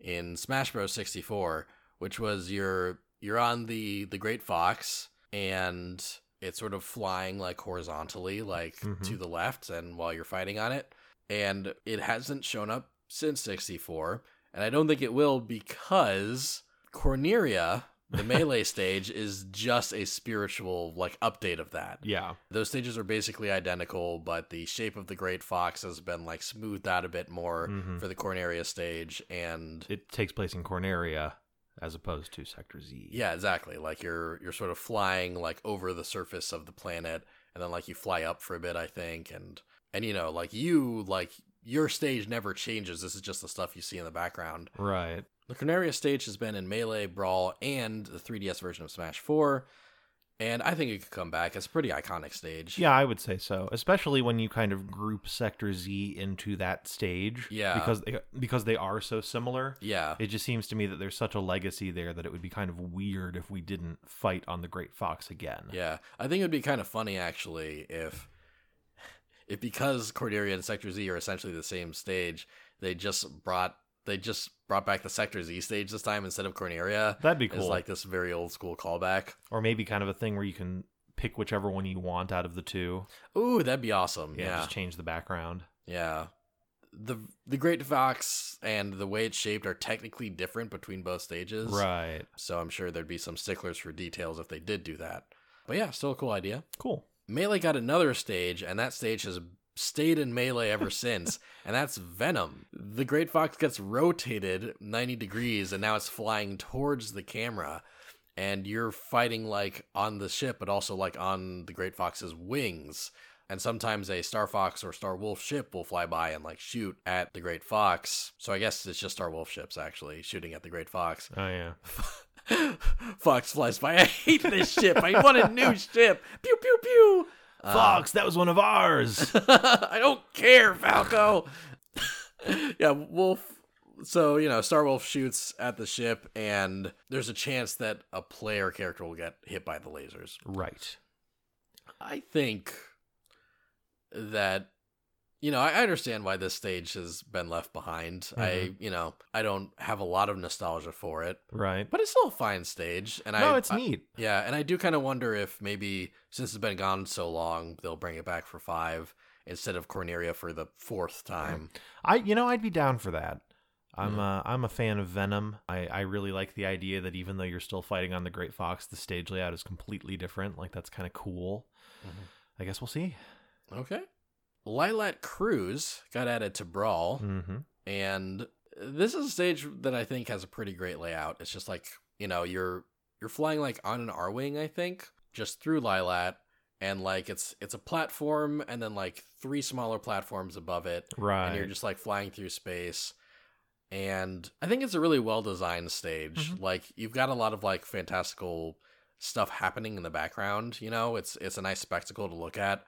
[SPEAKER 1] in Smash Bros 64, which was you're you're on the the Great Fox and it's sort of flying like horizontally like
[SPEAKER 2] Mhm.
[SPEAKER 1] to the left and while you're fighting on it and it hasn't shown up since 64 and I don't think it will because Corneria the melee stage is just a spiritual like update of that.
[SPEAKER 2] Yeah.
[SPEAKER 1] Those stages are basically identical, but the shape of the Great Fox has been like smoothed out a bit more
[SPEAKER 2] Mhm.
[SPEAKER 1] for the Corneria stage, and
[SPEAKER 2] It takes place in Corneria as opposed to Sector Z.
[SPEAKER 1] yeah, exactly. Like you're you're sort of flying like over the surface of the planet, and then like you fly up for a bit, I think, and and you know like you like your stage never changes. This is just the stuff you see in the background.
[SPEAKER 2] Right.
[SPEAKER 1] The Corneria stage has been in Melee, Brawl, and the 3DS version of Smash 4, and I think it could come back. It's a pretty iconic stage.
[SPEAKER 2] Yeah, I would say so, especially when you kind of group Sector Z into that stage.
[SPEAKER 1] Yeah.
[SPEAKER 2] because they because they are so similar.
[SPEAKER 1] Yeah.
[SPEAKER 2] It just seems to me that there's such a legacy there that it would be kind of weird if we didn't fight on the Great Fox again.
[SPEAKER 1] Yeah, I think it would be kind of funny actually if, if because Cordelia and Sector Z are essentially the same stage, they just brought they just brought back the Sector Z stage this time instead of Cornelia.
[SPEAKER 2] that'd be
[SPEAKER 1] It's
[SPEAKER 2] cool.
[SPEAKER 1] like this very old school callback.
[SPEAKER 2] or maybe kind of a thing where you can pick whichever one you want out of the two.
[SPEAKER 1] Ooh, that'd be awesome.
[SPEAKER 2] Yeah,
[SPEAKER 1] Yeah,
[SPEAKER 2] just change the background.
[SPEAKER 1] yeah. The the Great Fox and the way it's shaped are technically different between both stages.
[SPEAKER 2] Right.
[SPEAKER 1] So I'm sure there'd be some sticklers for details if they did do that. But yeah, still a cool idea.
[SPEAKER 2] Cool.
[SPEAKER 1] Melee got another stage, and that stage has stayed in Melee ever since, and that's Venom. The Great Fox gets rotated 90 degrees, and now it's flying towards the camera, and you're fighting like on the ship, but also like on the Great Fox's wings. And sometimes a Star Fox or Star Wolf ship will fly by and like shoot at the Great Fox. So I guess it's just Star Wolf ships actually shooting at the Great Fox. *laughs*
[SPEAKER 2] Oh yeah.
[SPEAKER 1] Fox flies by. *laughs* I hate this ship. I want a new ship. Pew pew pew. Uh,
[SPEAKER 2] Fox, that was one of
[SPEAKER 1] *laughs*
[SPEAKER 2] ours.
[SPEAKER 1] I don't care, Falco. *laughs* yeah, Wolf. So you know, Star Wolf shoots at the ship, and there's a chance that a player character will get hit by the lasers.
[SPEAKER 2] right.
[SPEAKER 1] I think that you know, I I understand why this stage has been left behind. I,
[SPEAKER 2] Mm-hmm.
[SPEAKER 1] you know, I don't have a lot of nostalgia for it,
[SPEAKER 2] Right.
[SPEAKER 1] but it's still a fine stage, and I
[SPEAKER 2] no, it's
[SPEAKER 1] I-
[SPEAKER 2] neat.
[SPEAKER 1] yeah, and I do kind of wonder if maybe since it's been gone so long, they'll bring it back for five instead of Corneria for the fourth time.
[SPEAKER 2] I you know I'd be down for that. I'm
[SPEAKER 1] Hmm.
[SPEAKER 2] uh, I'm a fan of Venom. I, I really like the idea that even though you're still fighting on the Great Fox, the stage layout is completely different. Like that's kind of cool.
[SPEAKER 1] Mhm.
[SPEAKER 2] I guess we'll see.
[SPEAKER 1] Okay. Lilat Cruise got added to Brawl,
[SPEAKER 2] Mm-hmm.
[SPEAKER 1] and this is a stage that I think has a pretty great layout. It's just like you know you're you're flying like on an R wing, I think, just through Lilat, and like it's it's a platform, and then like three smaller platforms above it,
[SPEAKER 2] Right.
[SPEAKER 1] and you're just like flying through space and i think it's a really well designed stage
[SPEAKER 2] Mhm.
[SPEAKER 1] like you've got a lot of like fantastical stuff happening in the background you know it's it's a nice spectacle to look at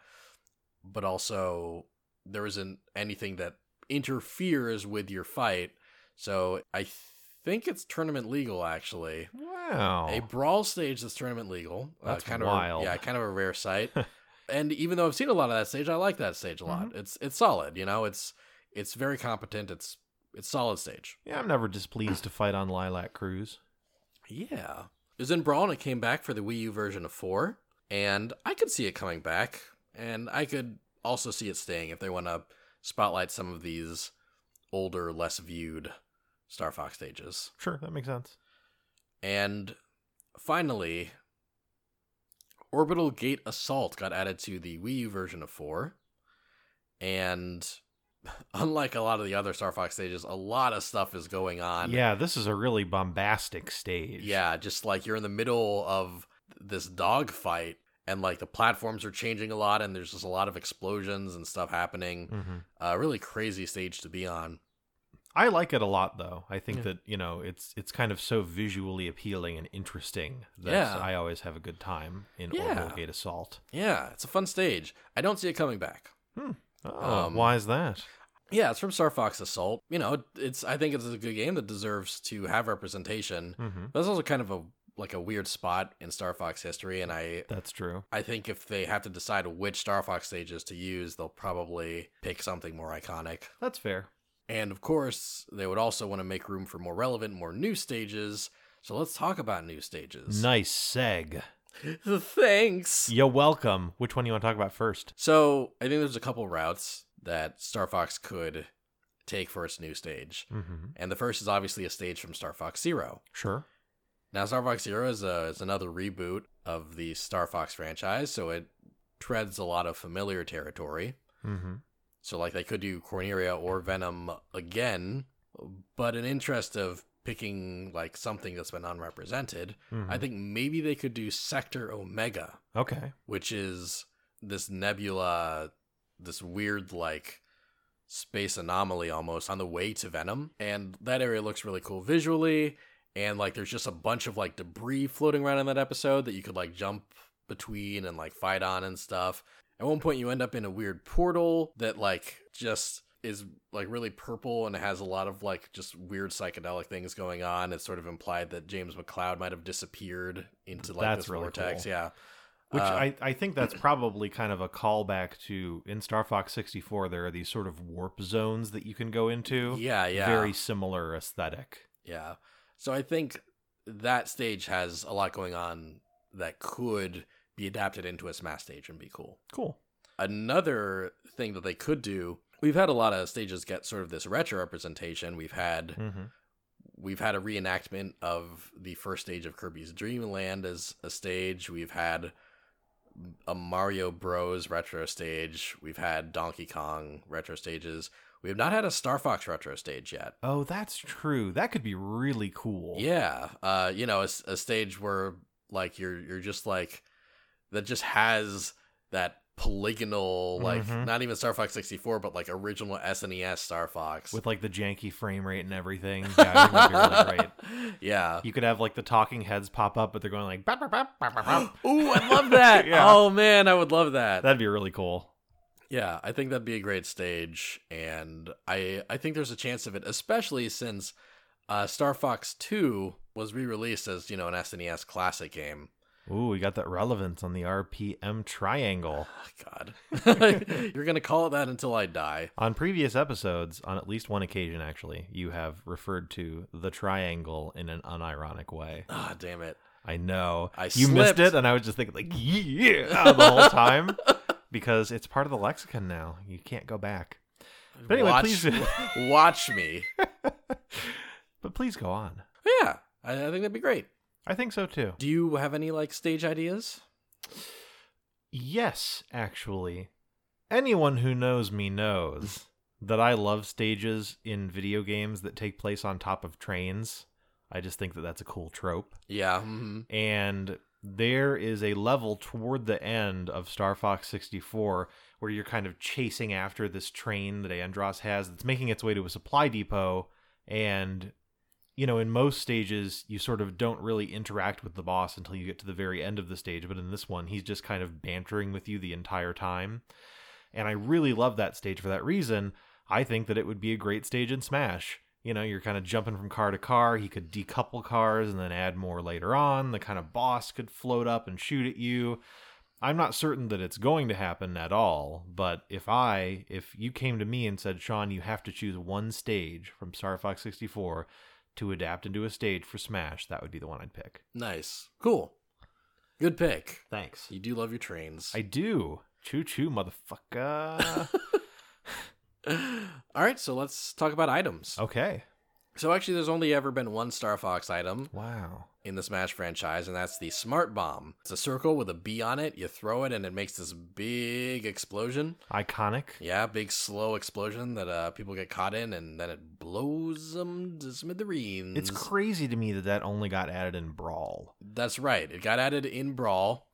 [SPEAKER 1] but also there isn't anything that interferes with your fight so i think it's tournament legal actually
[SPEAKER 2] wow.
[SPEAKER 1] a brawl stage that's tournament legal. uh,
[SPEAKER 2] That's
[SPEAKER 1] kind Of
[SPEAKER 2] wild.
[SPEAKER 1] a, yeah, kind of a rare
[SPEAKER 2] *laughs*
[SPEAKER 1] sight. and even though I've seen a lot of that stage, I like that stage a lot.
[SPEAKER 2] Mm-hmm.
[SPEAKER 1] It's it's solid. You know, it's it's very competent. It's it's solid stage.
[SPEAKER 2] yeah, I'm never displeased to fight on Lilac Cruise.
[SPEAKER 1] Yeah, it was in brawl and it came back for the Wii U version of four. and I could see it coming back, and I could also see it staying if they want to spotlight some of these older, less viewed Star Fox stages.
[SPEAKER 2] Sure, that makes sense.
[SPEAKER 1] And finally, Orbital Gate Assault got added to the Wii U version of 4. And *laughs* unlike a lot of the other Star Fox stages, a lot of stuff is going on.
[SPEAKER 2] yeah, this is a really bombastic stage.
[SPEAKER 1] Yeah, just like you're in the middle of this dog fight and like the platforms are changing a lot and there's just a lot of explosions and stuff happening.
[SPEAKER 2] hmm
[SPEAKER 1] A really crazy stage to be on.
[SPEAKER 2] I like it a lot, though. I think
[SPEAKER 1] Yeah.
[SPEAKER 2] that you know it's it's kind of so visually appealing and interesting that
[SPEAKER 1] Yeah.
[SPEAKER 2] I always have a good time in
[SPEAKER 1] Yeah.
[SPEAKER 2] Orbital Gate Assault.
[SPEAKER 1] Yeah, it's a fun stage. I don't see it coming back.
[SPEAKER 2] Oh,
[SPEAKER 1] Um,
[SPEAKER 2] why is that?
[SPEAKER 1] Yeah, it's from Star Fox Assault. You know, it's I think it's a good game that deserves to have representation.
[SPEAKER 2] hmm
[SPEAKER 1] But it's also kind of a like a weird spot in Star Fox history, and I
[SPEAKER 2] That's true.
[SPEAKER 1] I think if they have to decide which Star Fox stages to use, they'll probably pick something more iconic.
[SPEAKER 2] That's fair.
[SPEAKER 1] And of course, they would also want to make room for more relevant, more new stages. So let's talk about new stages.
[SPEAKER 2] Nice seg.
[SPEAKER 1] *laughs* Thanks.
[SPEAKER 2] You're welcome. Which one you want to talk about first?
[SPEAKER 1] So I think there's a couple routes that Star Fox could take for its new stage.
[SPEAKER 2] Mm-hmm.
[SPEAKER 1] And the first is obviously a stage from Star Fox Zero.
[SPEAKER 2] Sure.
[SPEAKER 1] Now, Star Fox Zero is, a, is another reboot of the Star Fox franchise, so it treads a lot of familiar territory.
[SPEAKER 2] Mm-hmm.
[SPEAKER 1] So, like, they could do Cornelia or Venom again, but in interest of picking, like, something that's been unrepresented,
[SPEAKER 2] Mm-hmm.
[SPEAKER 1] I think maybe they could do Sector Omega,
[SPEAKER 2] okay.
[SPEAKER 1] which is this nebula, this weird, like, space anomaly almost on the way to Venom. And that area looks really cool visually. And, like, there's just a bunch of, like, debris floating around in that episode that you could, like, jump between and, like, fight on and stuff. At one point, you end up in a weird portal that, like, just is like really purple and has a lot of like just weird psychedelic things going on it's sort of implied that james mcleod might have disappeared into like
[SPEAKER 2] That's
[SPEAKER 1] this
[SPEAKER 2] really
[SPEAKER 1] vortex
[SPEAKER 2] cool.
[SPEAKER 1] yeah
[SPEAKER 2] Which
[SPEAKER 1] Uh,
[SPEAKER 2] I, I think *clears throat* that's probably kind of a callback to in Star Fox 64, there are these sort of warp zones that you can go into.
[SPEAKER 1] yeah yeah
[SPEAKER 2] Very similar aesthetic.
[SPEAKER 1] Yeah. So I think that stage has a lot going on that could be adapted into a smash stage and be cool.
[SPEAKER 2] Cool.
[SPEAKER 1] Another thing that they could do, we've had a lot of stages get sort of this retro representation. We've had
[SPEAKER 2] Mm-hmm.
[SPEAKER 1] we've had a reenactment of the first stage of Kirby's Dream Land as a stage. We've had a Mario Bros retro stage. We've had Donkey Kong retro stages. We have not had a Star Fox retro stage yet.
[SPEAKER 2] Oh, that's true. That could be really cool.
[SPEAKER 1] Yeah, uh, you know, a, s- a stage where like you're you're just like that just has that polygonal like
[SPEAKER 2] Mhm.
[SPEAKER 1] not even Star Fox 64 but like original SNES Star Fox.
[SPEAKER 2] With like the janky frame rate and *laughs* everything. Yeah, I think that'd be really great.
[SPEAKER 1] *laughs* Yeah.
[SPEAKER 2] You could have like the talking heads pop up, but they're going like, "Bop, bop, bop, bop, bop, bop."
[SPEAKER 1] *gasps* Ooh, I love that.
[SPEAKER 2] *laughs* Yeah.
[SPEAKER 1] Oh man, I would love that.
[SPEAKER 2] that'd be really cool.
[SPEAKER 1] Yeah, I think that'd be a great stage and I I think there's a chance of it especially since uh, Star Fox 2 was re-released as, you know, an SNES classic game.
[SPEAKER 2] Ooh, we got that relevance on the RPM triangle.
[SPEAKER 1] Oh, God. *laughs* You're going to call it that until I die.
[SPEAKER 2] On previous episodes, on at least one occasion actually, you have referred to the triangle in an unironic way.
[SPEAKER 1] Ah, damn it.
[SPEAKER 2] I know.
[SPEAKER 1] I
[SPEAKER 2] you missed
[SPEAKER 1] slipped.
[SPEAKER 2] it, and I was just thinking, like, yeah, the
[SPEAKER 1] *laughs*
[SPEAKER 2] whole time because it's part of the lexicon now. You can't go back. But anyway,
[SPEAKER 1] watch,
[SPEAKER 2] please.
[SPEAKER 1] *laughs*
[SPEAKER 2] *laughs*
[SPEAKER 1] watch me.
[SPEAKER 2] but please go on.
[SPEAKER 1] Yeah, I, I think that'd be great.
[SPEAKER 2] I think so too.
[SPEAKER 1] Do you have any like stage ideas?
[SPEAKER 2] Yes, actually. Anyone who knows me knows that I love stages in video games that take place on top of trains. I just think that that's a cool trope.
[SPEAKER 1] Yeah. mhm.
[SPEAKER 2] And there is a level toward the end of Star Fox 64 where you're kind of chasing after this train that Andros has that's making its way to a supply depot. And, you know, in most stages, you sort of don't really interact with the boss until you get to the very end of the stage. But in this one, he's just kind of bantering with you the entire time. And I really love that stage for that reason. I think that it would be a great stage in Smash. You know, you're kind of jumping from car to car. He could decouple cars and then add more later on. The kind of boss could float up and shoot at you. I'm not certain that it's going to happen at all, but if I, if you came to me and said, Sean, you have to choose one stage from Star Fox 64 to adapt into a stage for Smash, that would be the one I'd pick.
[SPEAKER 1] Nice. Cool. Good pick.
[SPEAKER 2] Thanks.
[SPEAKER 1] You do love your trains.
[SPEAKER 2] I do. Choo choo, motherfucker.
[SPEAKER 1] *gasps* All right, so let's talk about items.
[SPEAKER 2] okay.
[SPEAKER 1] So actually, there's only ever been one Star Fox item
[SPEAKER 2] Wow.
[SPEAKER 1] in the Smash franchise, and that's the Smart Bomb. It's a circle with a B on it. You throw it, and it makes this big explosion.
[SPEAKER 2] Iconic.
[SPEAKER 1] Yeah, big slow explosion that uh, people get caught in, and then it blows them to smithereens.
[SPEAKER 2] It's crazy to me that that only got added in Brawl.
[SPEAKER 1] That's right. It got added in Brawl,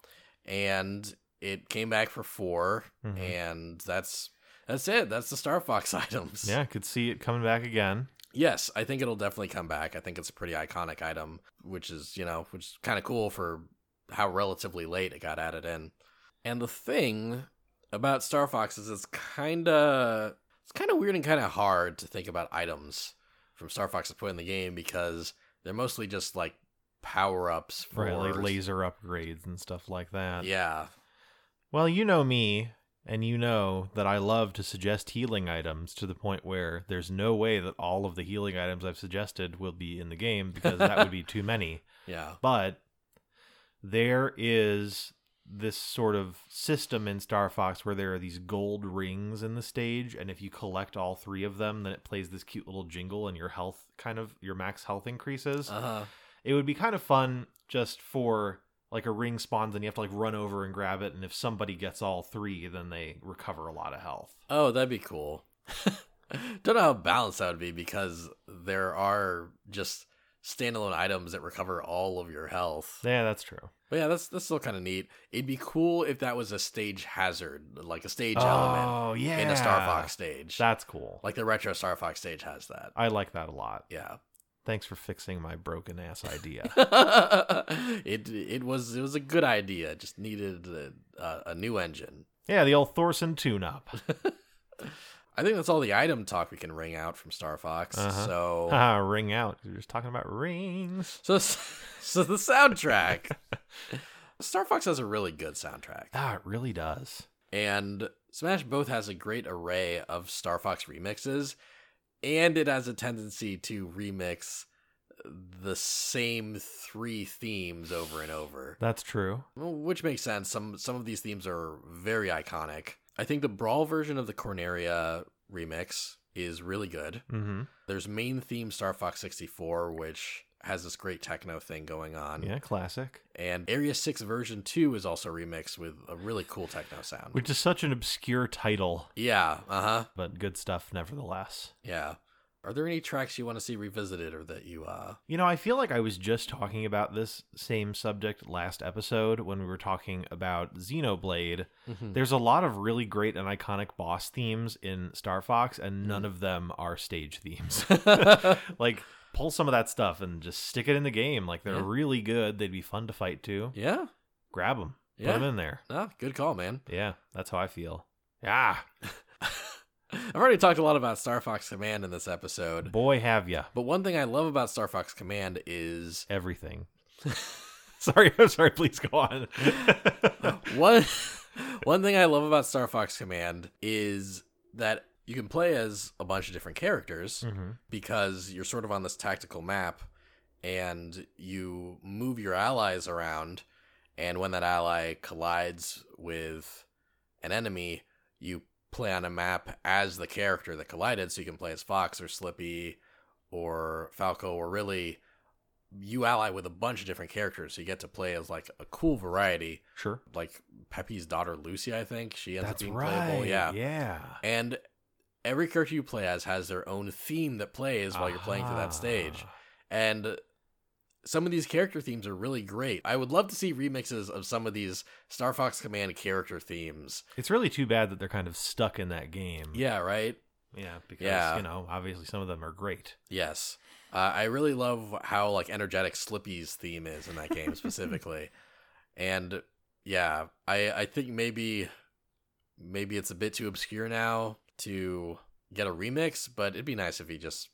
[SPEAKER 1] and it came back for 4
[SPEAKER 2] Mhm.
[SPEAKER 1] and that's that's it. That's the Star Fox *laughs* items.
[SPEAKER 2] Yeah, I could see it coming back again.
[SPEAKER 1] Yes, I think it'll definitely come back. I think it's a pretty iconic item, which is, you know, which is kind of cool for how relatively late it got added in. And the thing about Star Fox is it's kind of it's kind of weird and kind of hard to think about items from Star Fox to put in the game because they're mostly just like power-ups for
[SPEAKER 2] Right, like laser upgrades and stuff like that.
[SPEAKER 1] Yeah.
[SPEAKER 2] Well, you know me, and you know that I love to suggest healing items to the point where there's no way that all of the healing items I've suggested will be in the game because that would be too many.
[SPEAKER 1] Yeah.
[SPEAKER 2] But there is this sort of system in Star Fox where there are these gold rings in the stage, and if you collect all three of them, then it plays this cute little jingle, and your health kind of your max health increases.
[SPEAKER 1] Uh-huh.
[SPEAKER 2] it would be kind of fun just for like a ring spawns and you have to like run over and grab it, and if somebody gets all three, then they recover a lot of health.
[SPEAKER 1] Oh, that'd be cool. *laughs* Don't know how balanced that would be because there are just standalone items that recover all of your health.
[SPEAKER 2] Yeah, that's true.
[SPEAKER 1] But yeah, that's that's still kind of neat. It'd be cool if that was a stage hazard, like a stage element
[SPEAKER 2] oh yeah,
[SPEAKER 1] in a Star Fox stage.
[SPEAKER 2] That's cool.
[SPEAKER 1] like the retro Star Fox stage has that.
[SPEAKER 2] I like that a lot.
[SPEAKER 1] Yeah. *laughs*
[SPEAKER 2] Thanks for fixing my broken ass idea. *laughs*
[SPEAKER 1] it it was it was a good idea. It Just needed a, a, a new engine.
[SPEAKER 2] Yeah, the old Thorson tune-up.
[SPEAKER 1] I think that's all the item talk we can ring out from Star Fox.
[SPEAKER 2] Uh-huh.
[SPEAKER 1] So
[SPEAKER 2] *laughs* Ah, ring out. You're just talking about rings.
[SPEAKER 1] So, *laughs* so the soundtrack. Star Fox has a really good soundtrack,
[SPEAKER 2] Ah, it really does.
[SPEAKER 1] and Smash both has a great array of Star Fox remixes, and it has a tendency to remix the same three themes over and over,
[SPEAKER 2] That's true.
[SPEAKER 1] Well, which makes sense. Some some of these themes are very iconic. I think the Brawl version of the Corneria remix is really good.
[SPEAKER 2] Mm-hmm.
[SPEAKER 1] There's main theme Star Fox 64, which has this great techno thing going on.
[SPEAKER 2] Yeah, classic.
[SPEAKER 1] And Area 6 version 2 is also remixed with a really cool techno sound.
[SPEAKER 2] Which is such an obscure title,
[SPEAKER 1] yeah, uh huh.
[SPEAKER 2] but good stuff nevertheless.
[SPEAKER 1] Yeah. Are there any tracks you want to see revisited or that you, uh.
[SPEAKER 2] You know, I feel like I was just talking about this same subject last episode when we were talking about Xenoblade.
[SPEAKER 1] Hmm.
[SPEAKER 2] There's a lot of really great and iconic boss themes in Star Fox,
[SPEAKER 1] Hmm.
[SPEAKER 2] and none of them are stage themes. *laughs* like, pull some of that stuff and just stick it in the game. Like, they're
[SPEAKER 1] Yeah.
[SPEAKER 2] really good. They'd be fun to fight to.
[SPEAKER 1] *laughs* yeah.
[SPEAKER 2] Grab them, put
[SPEAKER 1] Yeah.
[SPEAKER 2] them in there.
[SPEAKER 1] No, good call, man.
[SPEAKER 2] Yeah, that's how I feel. Ah, Yeah,
[SPEAKER 1] I've already talked a lot about Star Fox Command in this episode.
[SPEAKER 2] boy, have ya
[SPEAKER 1] But one thing I love about Star Fox Command is *laughs*
[SPEAKER 2] everything. *laughs* sorry, *laughs* I'm sorry. Please
[SPEAKER 1] *laughs*
[SPEAKER 2] go on. *laughs*
[SPEAKER 1] one one thing I love about Star Fox Command is that you can play as a bunch of different characters.
[SPEAKER 2] hmm
[SPEAKER 1] because you're sort of on this tactical map and you move your allies around and when that ally collides with an enemy you play on a map as the character that collided so you can play as fox or slippy or falco or really you ally with a bunch of different characters so you get to play as like a cool variety
[SPEAKER 2] Sure.
[SPEAKER 1] like pepe's daughter lucy i think she ends
[SPEAKER 2] That's
[SPEAKER 1] up being
[SPEAKER 2] right.
[SPEAKER 1] playable yeah
[SPEAKER 2] Yeah.
[SPEAKER 1] and every character you play as has their own theme that plays while you're playing through
[SPEAKER 2] Ah.
[SPEAKER 1] that stage. And some of these character themes are really great. I would love to see remixes of some of these Star Fox Command character themes.
[SPEAKER 2] It's really too bad that they're kind of stuck in that game.
[SPEAKER 1] Yeah, right?
[SPEAKER 2] Yeah. Because,
[SPEAKER 1] Yeah.
[SPEAKER 2] you know, obviously some of them are great.
[SPEAKER 1] Yes. Uh, I really love how like energetic Slippy's theme is in that game specifically. And yeah, I I think maybe maybe it's a bit too obscure now to get a remix, but it'd be nice if he just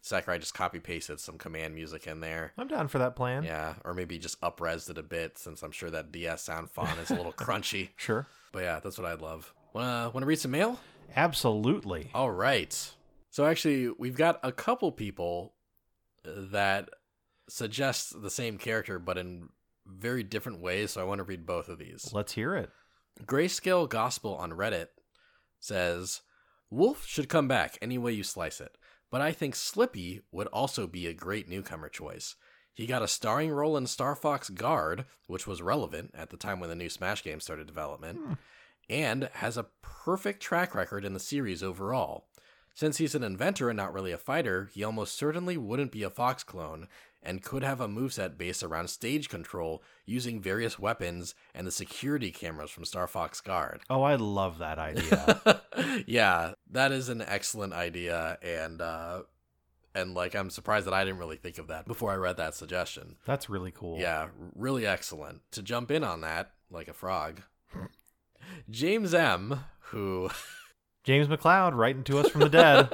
[SPEAKER 1] Sakurai just copy pasted some command music in there.
[SPEAKER 2] I'm down for that plan.
[SPEAKER 1] Yeah, or maybe just upresed it a bit since I'm sure that DS sound font is a little crunchy.
[SPEAKER 2] Sure.
[SPEAKER 1] But yeah, that's what I'd love. Wanna wanna read some mail?
[SPEAKER 2] Absolutely.
[SPEAKER 1] All right. So actually, we've got a couple people that suggest the same character, but in very different ways, so I want to read both of these.
[SPEAKER 2] Let's hear it.
[SPEAKER 1] Grayscale Gospel on Reddit says Wolf should come back any way you slice it, but I think Slippy would also be a great newcomer choice. He got a starring role in Star Fox Guard, which was relevant at the time when the new Smash game started development,
[SPEAKER 2] Hmm.
[SPEAKER 1] and has a perfect track record in the series overall. Since he's an inventor and not really a fighter, he almost certainly wouldn't be a Fox clone and could have a moveset based around stage control using various weapons and the security cameras from Star Fox Guard.
[SPEAKER 2] Oh, I love
[SPEAKER 1] *laughs*
[SPEAKER 2] that idea.
[SPEAKER 1] yeah, that is an excellent idea and uh and like I'm surprised that I didn't really think of that before I read that suggestion.
[SPEAKER 2] That's really cool.
[SPEAKER 1] Yeah, really excellent. To jump in on that like a frog. James M, who *laughs*
[SPEAKER 2] James McLeod writing to us from the dead.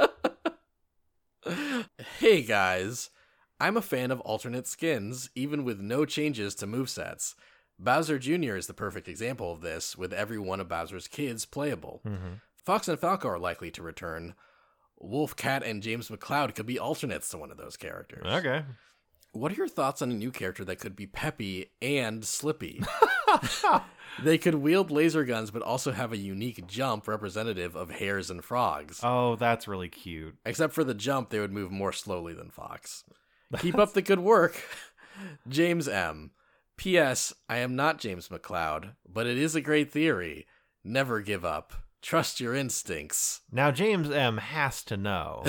[SPEAKER 1] hey guys, I'm a fan of alternate skins, even with no changes to movesets. Bowser Jr. is the perfect example of this, with every one of Bowser's kids playable.
[SPEAKER 2] Mhm.
[SPEAKER 1] Fox and Falco are likely to return. Wolf, Cat, and James McLeod could be alternates to one of those characters.
[SPEAKER 2] Okay.
[SPEAKER 1] What are your thoughts on a new character that could be peppy and slippy? they could wield laser guns, but also have a unique jump representative of hares and frogs.
[SPEAKER 2] oh, that's really cute.
[SPEAKER 1] Except for the jump, they would move more slowly than Fox. Keep up the good work. *laughs* James M. P.S. I am not James McLeod, but it is a great theory. Never give up. Trust your instincts.
[SPEAKER 2] Now, James M. has to know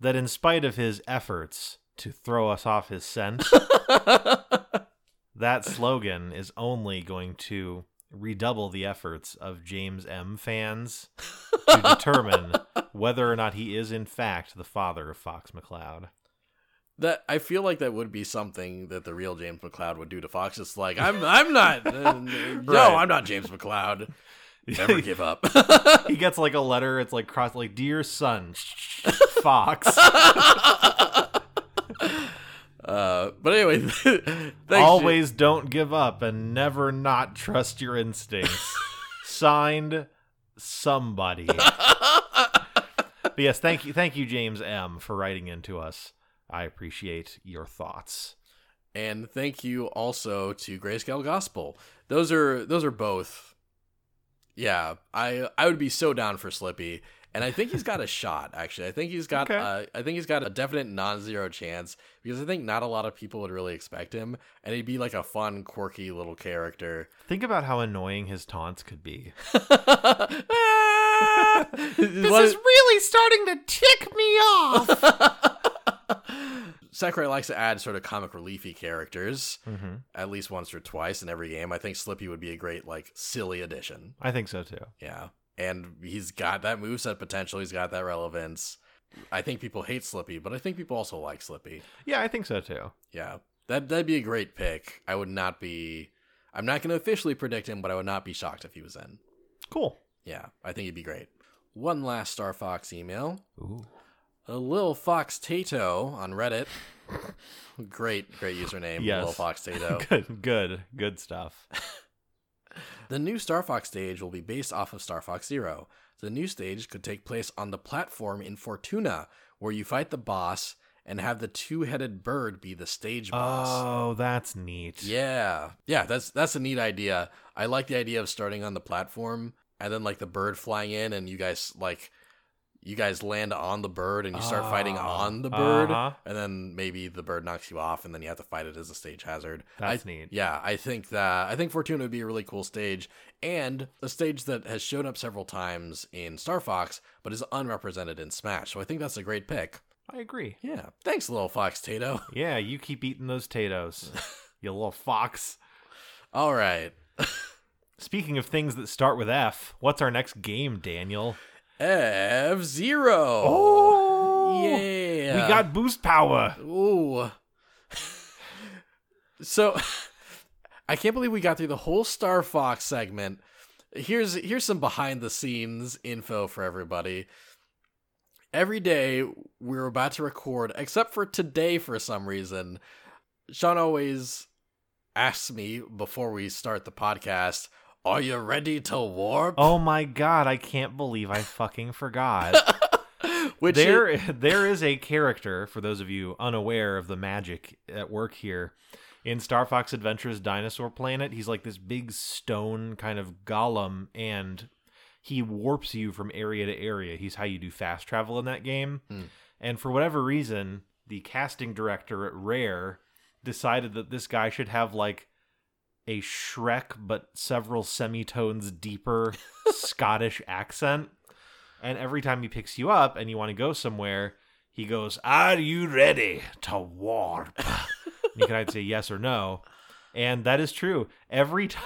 [SPEAKER 2] that in spite of his efforts to throw us off his scent, that slogan is only going to redouble the efforts of James M. fans to determine whether or not he is, in fact, the father of Fox McCloud.
[SPEAKER 1] That I feel like that would be something that the real James McLeod would do to Fox. It's like I'm I'm
[SPEAKER 2] *laughs*
[SPEAKER 1] not uh,
[SPEAKER 2] Right.
[SPEAKER 1] no I'm not James McLeod.
[SPEAKER 2] *laughs*
[SPEAKER 1] Never give up. *laughs*
[SPEAKER 2] He gets like a letter. It's like cross, like dear son, *laughs* Fox.
[SPEAKER 1] uh, but anyway, *laughs* thanks, James.
[SPEAKER 2] Always don't give up and never not trust your *laughs* instincts. Signed, *laughs* somebody. but yes, thank you, thank you, James M, for writing in to us. I appreciate your thoughts.
[SPEAKER 1] and thank you also to Grayscale Gospel. Those are those are both. Yeah, I I would be so down for Slippy, and I think he's
[SPEAKER 2] *laughs*
[SPEAKER 1] got a shot. Actually, I think he's got
[SPEAKER 2] Okay.
[SPEAKER 1] uh, I think he's got a definite non-zero chance because I think not a lot of people would really expect him, and he'd be like a fun, quirky little character.
[SPEAKER 2] Think about how annoying his taunts could be.
[SPEAKER 1] What-
[SPEAKER 2] really starting to tick me *laughs* off.
[SPEAKER 1] Sakurai likes to add sort of comic reliefy characters
[SPEAKER 2] hmm
[SPEAKER 1] at least once or twice in every game. I think Slippy would be a great like silly addition.
[SPEAKER 2] I think so too.
[SPEAKER 1] Yeah. And he's got that moveset potential. He's got that relevance. I think people hate Slippy, but I think people also like Slippy.
[SPEAKER 2] Yeah, I think so too.
[SPEAKER 1] Yeah. That that'd be a great pick. I would not be I'm not gonna officially predict him, but I would not be shocked if he was in.
[SPEAKER 2] Cool.
[SPEAKER 1] Yeah, I think he'd be great. One last Star Fox email.
[SPEAKER 2] Ooh.
[SPEAKER 1] A little Fox Tato on Reddit. great, great username,
[SPEAKER 2] Yes.
[SPEAKER 1] Lil Fox
[SPEAKER 2] *laughs*
[SPEAKER 1] Tato.
[SPEAKER 2] *laughs* Good, good, good stuff.
[SPEAKER 1] The new Star Fox stage will be based off of Star Fox Zero. The new stage could take place on the platform in Fortuna, where you fight the boss and have the two-headed bird be the stage boss.
[SPEAKER 2] Oh, that's neat.
[SPEAKER 1] yeah, yeah, that's that's a neat idea. I like the idea of starting on the platform and then like the bird flying in, and you guys like you guys land on the bird and you start fighting
[SPEAKER 2] Ah,
[SPEAKER 1] on the bird,
[SPEAKER 2] uh-huh.
[SPEAKER 1] and then maybe the bird knocks you off, and then you have to fight it as a stage hazard. I
[SPEAKER 2] That's neat.
[SPEAKER 1] yeah, I think that I think Fortuna would be a really cool stage and a stage that has shown up several times in Star Fox but is unrepresented in Smash. So I think that's a great pick.
[SPEAKER 2] I agree.
[SPEAKER 1] Yeah. Thanks, little Fox Tato. *laughs*
[SPEAKER 2] Yeah, you keep eating those tatoes, *laughs* you little fox.
[SPEAKER 1] All right.
[SPEAKER 2] Speaking of things that start with F, what's our next game, Daniel?
[SPEAKER 1] F Zero.
[SPEAKER 2] Oh,
[SPEAKER 1] yeah.
[SPEAKER 2] We got boost power.
[SPEAKER 1] Ooh. *laughs* so *laughs* I can't believe we got through the whole Star Fox segment. Here's here's some behind the scenes info for everybody. Every day we're about to record, except for today for some reason. Sean always asks me before we start the podcast, are you ready to warp?
[SPEAKER 2] Oh my god, I can't believe I fucking forgot.
[SPEAKER 1] *laughs* Which is-
[SPEAKER 2] *laughs* there there is a character for those of you unaware of the magic at work here in Star Fox Adventures Dinosaur Planet, he's like this big stone kind of golem and he warps you from area to area. He's how you do fast travel in that game.
[SPEAKER 1] Hmm.
[SPEAKER 2] And for whatever reason, the casting director at Rare decided that this guy should have like a Shrek but several
[SPEAKER 1] *laughs*
[SPEAKER 2] semitones deeper Scottish accent. And every time he picks you up and you want to go somewhere, he goes, Are you ready
[SPEAKER 1] *laughs*
[SPEAKER 2] to warp? and you can either say yes or no. And that is true.
[SPEAKER 1] *laughs*
[SPEAKER 2] Every time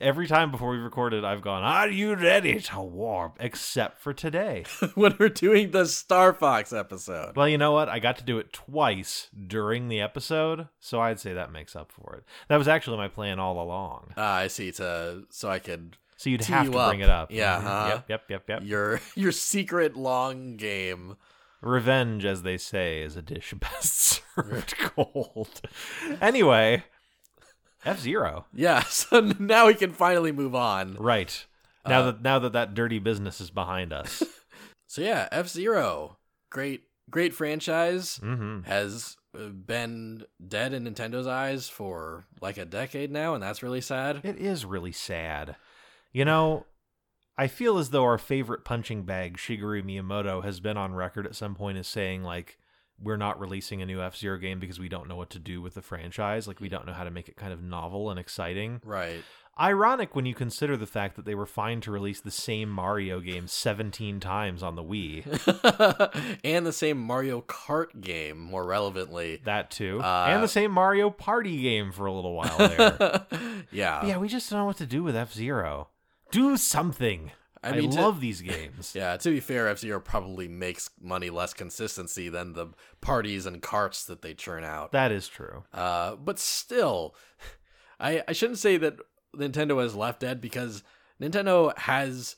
[SPEAKER 2] every time before we recorded, I've gone, Are you ready to warp? Except for today.
[SPEAKER 1] *laughs* when we're doing the Star Fox episode.
[SPEAKER 2] Well, you know what? I got to do it twice during the episode, so I'd say that makes up for it. That was actually my plan all along.
[SPEAKER 1] Ah, I see. To so I could
[SPEAKER 2] So you'd
[SPEAKER 1] Tee
[SPEAKER 2] have
[SPEAKER 1] you
[SPEAKER 2] to
[SPEAKER 1] up.
[SPEAKER 2] bring it up.
[SPEAKER 1] Yeah, uh-huh.
[SPEAKER 2] Mhm.
[SPEAKER 1] huh?
[SPEAKER 2] Yep, yep, yep, yep.
[SPEAKER 1] your *laughs* your secret long game.
[SPEAKER 2] Revenge, as they say, is a dish *laughs* best served cold. Anyway, F Zero.
[SPEAKER 1] Yeah. *laughs* So now we can finally move on.
[SPEAKER 2] Right now
[SPEAKER 1] Uh,
[SPEAKER 2] that now that that dirty business is behind us.
[SPEAKER 1] So yeah, F Zero, great great franchise
[SPEAKER 2] hmm
[SPEAKER 1] has uh, been dead in Nintendo's eyes for like a decade now, and that's really sad.
[SPEAKER 2] It is really sad. You know, I feel as though our favorite punching bag, Shigeru Miyamoto, has been on record at some point as saying, like, we're not releasing a new F Zero game because we don't know what to do with the franchise. Like, we don't know how to make it kind of novel and exciting.
[SPEAKER 1] Right. *laughs*
[SPEAKER 2] Ironic when you consider the fact that they were fined to release the same Mario game 17 times on
[SPEAKER 1] *laughs*
[SPEAKER 2] the Wii.
[SPEAKER 1] and the same Mario Kart game, more relevantly. *laughs*
[SPEAKER 2] That too.
[SPEAKER 1] Uh,
[SPEAKER 2] and the same Mario Party game for a little while
[SPEAKER 1] *laughs*
[SPEAKER 2] there.
[SPEAKER 1] yeah.
[SPEAKER 2] But yeah, we just don't know what to do with F Zero. Do something. I,
[SPEAKER 1] I mean, to-
[SPEAKER 2] love these games.
[SPEAKER 1] *laughs* Yeah, to be fair, F Zero probably makes money less consistency than the parties and carts that they churn out.
[SPEAKER 2] That is true.
[SPEAKER 1] Uh, but still, *sighs* I I shouldn't say that Nintendo has left dead because Nintendo has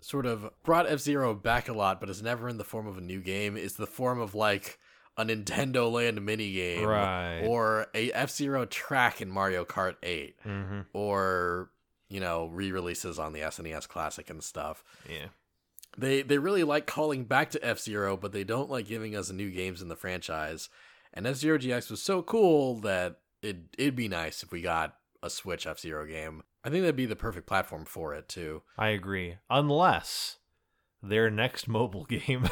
[SPEAKER 1] sort of brought F Zero back a lot, but it's never in the form of a new game. It's the form of like a Nintendo Land minigame,
[SPEAKER 2] Right.
[SPEAKER 1] or a F Zero track in Mario Kart Eight,
[SPEAKER 2] Mm-hmm.
[SPEAKER 1] or you know re-releases on the SNES Classic and stuff.
[SPEAKER 2] Yeah.
[SPEAKER 1] They they really like calling back to F Zero, but they don't like giving us new games in the franchise. And F Zero GX was so cool that it it'd be nice if we got a Switch F Zero game. I think that'd be the perfect platform for it too.
[SPEAKER 2] I agree. Unless their next *laughs* mobile game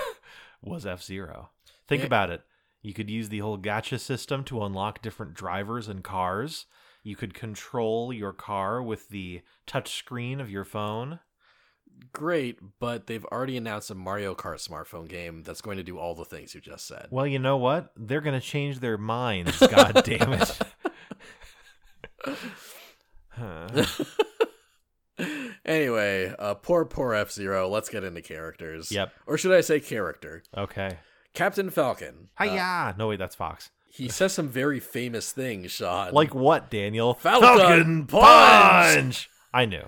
[SPEAKER 2] was F Zero. Think
[SPEAKER 1] Yeah.
[SPEAKER 2] about it. You could use the whole gotcha system to unlock different drivers and cars. You could control your car with the touch screen of your phone.
[SPEAKER 1] Great, but they've already announced a Mario Kart smartphone game that's going to do all the things you just said.
[SPEAKER 2] Well, you know what? They're gonna change their minds. God damn it. Huh.
[SPEAKER 1] *laughs* anyway, uh, poor poor F Zero. Let's get into characters.
[SPEAKER 2] Yep.
[SPEAKER 1] Or should I say character?
[SPEAKER 2] Okay.
[SPEAKER 1] Captain Falcon. Uh,
[SPEAKER 2] Hiya. no wait, that's Fox.
[SPEAKER 1] he says some very famous things, Sean.
[SPEAKER 2] Like what, Daniel?
[SPEAKER 1] Falcon punch!
[SPEAKER 2] I knew.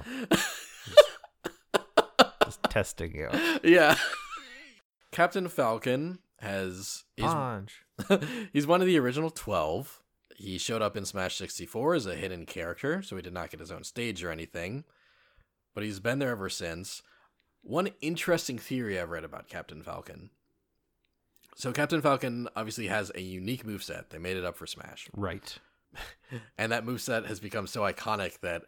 [SPEAKER 2] Just testing you.
[SPEAKER 1] *laughs* yeah. Captain Falcon has is
[SPEAKER 2] Punch.
[SPEAKER 1] *laughs* he's one of the original 12. He showed up in Smash 64 as a hidden character, so he did not get his own stage or anything. But he's been there ever since. One interesting theory I've read about Captain Falcon. So Captain Falcon obviously has a unique moveset. They made it up for Smash.
[SPEAKER 2] Right.
[SPEAKER 1] And that moveset has become so iconic that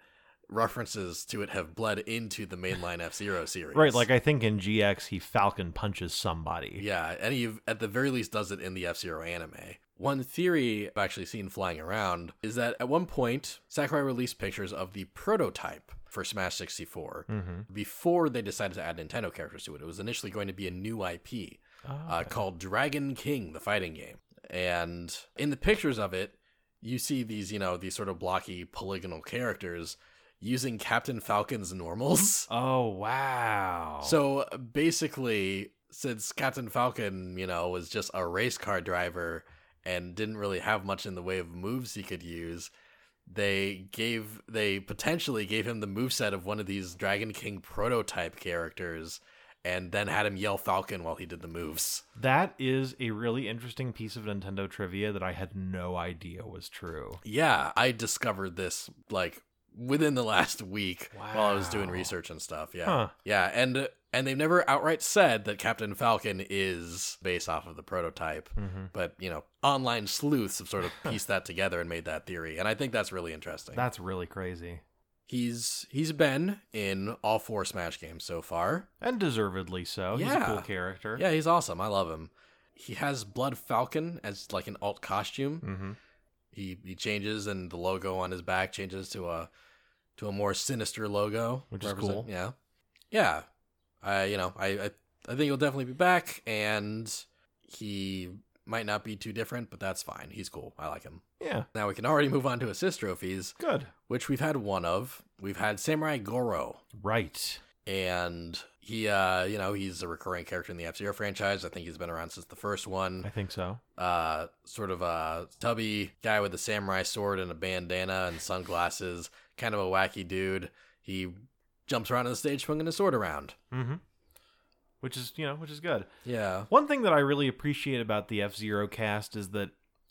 [SPEAKER 1] references to it have bled into the mainline F-Zero series.
[SPEAKER 2] Right. Like I think in GX he Falcon punches somebody.
[SPEAKER 1] Yeah, and he at the very least does it in the F Zero anime. One theory I've actually seen flying around is that at one point, Sakurai released pictures of the prototype for Smash 64
[SPEAKER 2] Mm-hmm.
[SPEAKER 1] before they decided to add Nintendo characters to it. It was initially going to be a new IP uh, called Dragon King, the fighting game. And in the pictures of it, you see these, you know, these sort of blocky polygonal characters using Captain Falcon's normals. *laughs*
[SPEAKER 2] oh wow.
[SPEAKER 1] So basically, since Captain Falcon, you know, was just a race car driver and didn't really have much in the way of moves he could use, they gave they potentially gave him the moveset of one of these Dragon King prototype characters and then had him yell Falcon while he did the moves.
[SPEAKER 2] that is a really interesting piece of Nintendo trivia that I had no idea was true.
[SPEAKER 1] Yeah, I discovered this like within the last week while I was doing
[SPEAKER 2] Wow.
[SPEAKER 1] research and stuff. Yeah.
[SPEAKER 2] Huh.
[SPEAKER 1] Yeah, and and they've never outright said that Captain Falcon is based off of the prototype,
[SPEAKER 2] hmm
[SPEAKER 1] but you know, online sleuths have sort of pieced that together and made that theory, and I think that's really interesting.
[SPEAKER 2] That's really crazy.
[SPEAKER 1] he's he's been in all four Smash games so far.
[SPEAKER 2] And deservedly so. He's a cool
[SPEAKER 1] Yeah.
[SPEAKER 2] character.
[SPEAKER 1] Yeah, he's awesome. I love him. He has Blood Falcon as like an alt costume.
[SPEAKER 2] hmm
[SPEAKER 1] He he changes, and the logo on his back changes to a to a more sinister logo,
[SPEAKER 2] Which is cool.
[SPEAKER 1] Yeah, yeah. I you know I I, I think he'll definitely be back, and he might not be too different, but that's fine. He's cool. I like him.
[SPEAKER 2] Yeah.
[SPEAKER 1] Now we can already move on to assist trophies,
[SPEAKER 2] Good.
[SPEAKER 1] which we've had one of. We've had Samurai Goro,
[SPEAKER 2] Right.
[SPEAKER 1] and he uh you know he's a recurring character in the F Zero franchise. I think he's been around since the first one
[SPEAKER 2] I think so.
[SPEAKER 1] uh, sort of a tubby guy with a samurai sword and a bandana and sunglasses, kind of a wacky dude. He jumps around on the stage swinging his sword around.
[SPEAKER 2] hmm Which is, you know, which is good.
[SPEAKER 1] Yeah.
[SPEAKER 2] One thing that I really appreciate about the F Zero cast is that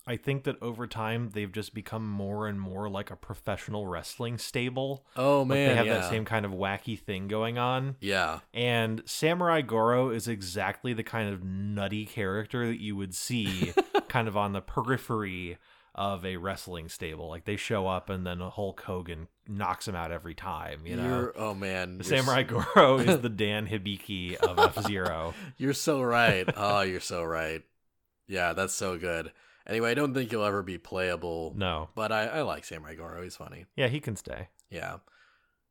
[SPEAKER 2] I think that over time they've just become more and more like a professional wrestling stable.
[SPEAKER 1] Oh
[SPEAKER 2] Like,
[SPEAKER 1] man.
[SPEAKER 2] they have
[SPEAKER 1] yeah.
[SPEAKER 2] that same kind of wacky thing going on.
[SPEAKER 1] yeah.
[SPEAKER 2] And Samurai Goro is exactly the kind of nutty character that you would
[SPEAKER 1] *laughs*
[SPEAKER 2] see kind of on the periphery of a wrestling stable. Like they show up and then Hulk Hogan knocks him out every time, you know.
[SPEAKER 1] are oh man.
[SPEAKER 2] The
[SPEAKER 1] you're s-
[SPEAKER 2] Samurai Goro is the Dan Hibiki of
[SPEAKER 1] *laughs*
[SPEAKER 2] F Zero.
[SPEAKER 1] You're so right. oh, you're so right. Yeah, that's so good. Anyway, I don't think he'll ever be playable.
[SPEAKER 2] No.
[SPEAKER 1] But I, I like Samurai Goro. He's funny.
[SPEAKER 2] Yeah, he can stay.
[SPEAKER 1] Yeah.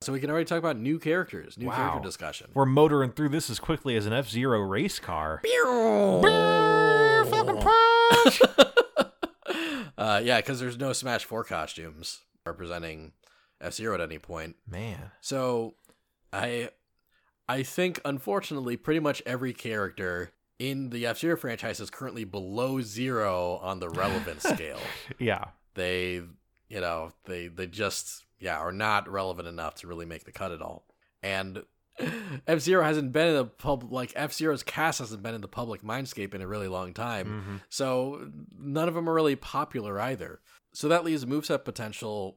[SPEAKER 1] So we can already talk about new characters, new
[SPEAKER 2] Wow.
[SPEAKER 1] character discussion.
[SPEAKER 2] We're motoring through this as quickly as an F Zero race car.
[SPEAKER 1] *laughs*
[SPEAKER 2] Oh.
[SPEAKER 1] uh, yeah, because there's no Smash 4 costumes representing F Zero at any point.
[SPEAKER 2] Man.
[SPEAKER 1] So I I think unfortunately pretty much every character in the F Zero franchise is currently below zero on the relevance scale.
[SPEAKER 2] Yeah.
[SPEAKER 1] They you know, they they just yeah, are not relevant enough to really make the cut at all. And F Zero hasn't been in the pub like F Zero's cast hasn't been in the public mindscape in a really long time.
[SPEAKER 2] Mhm.
[SPEAKER 1] So none of them are really popular either. So that leaves moveset potential,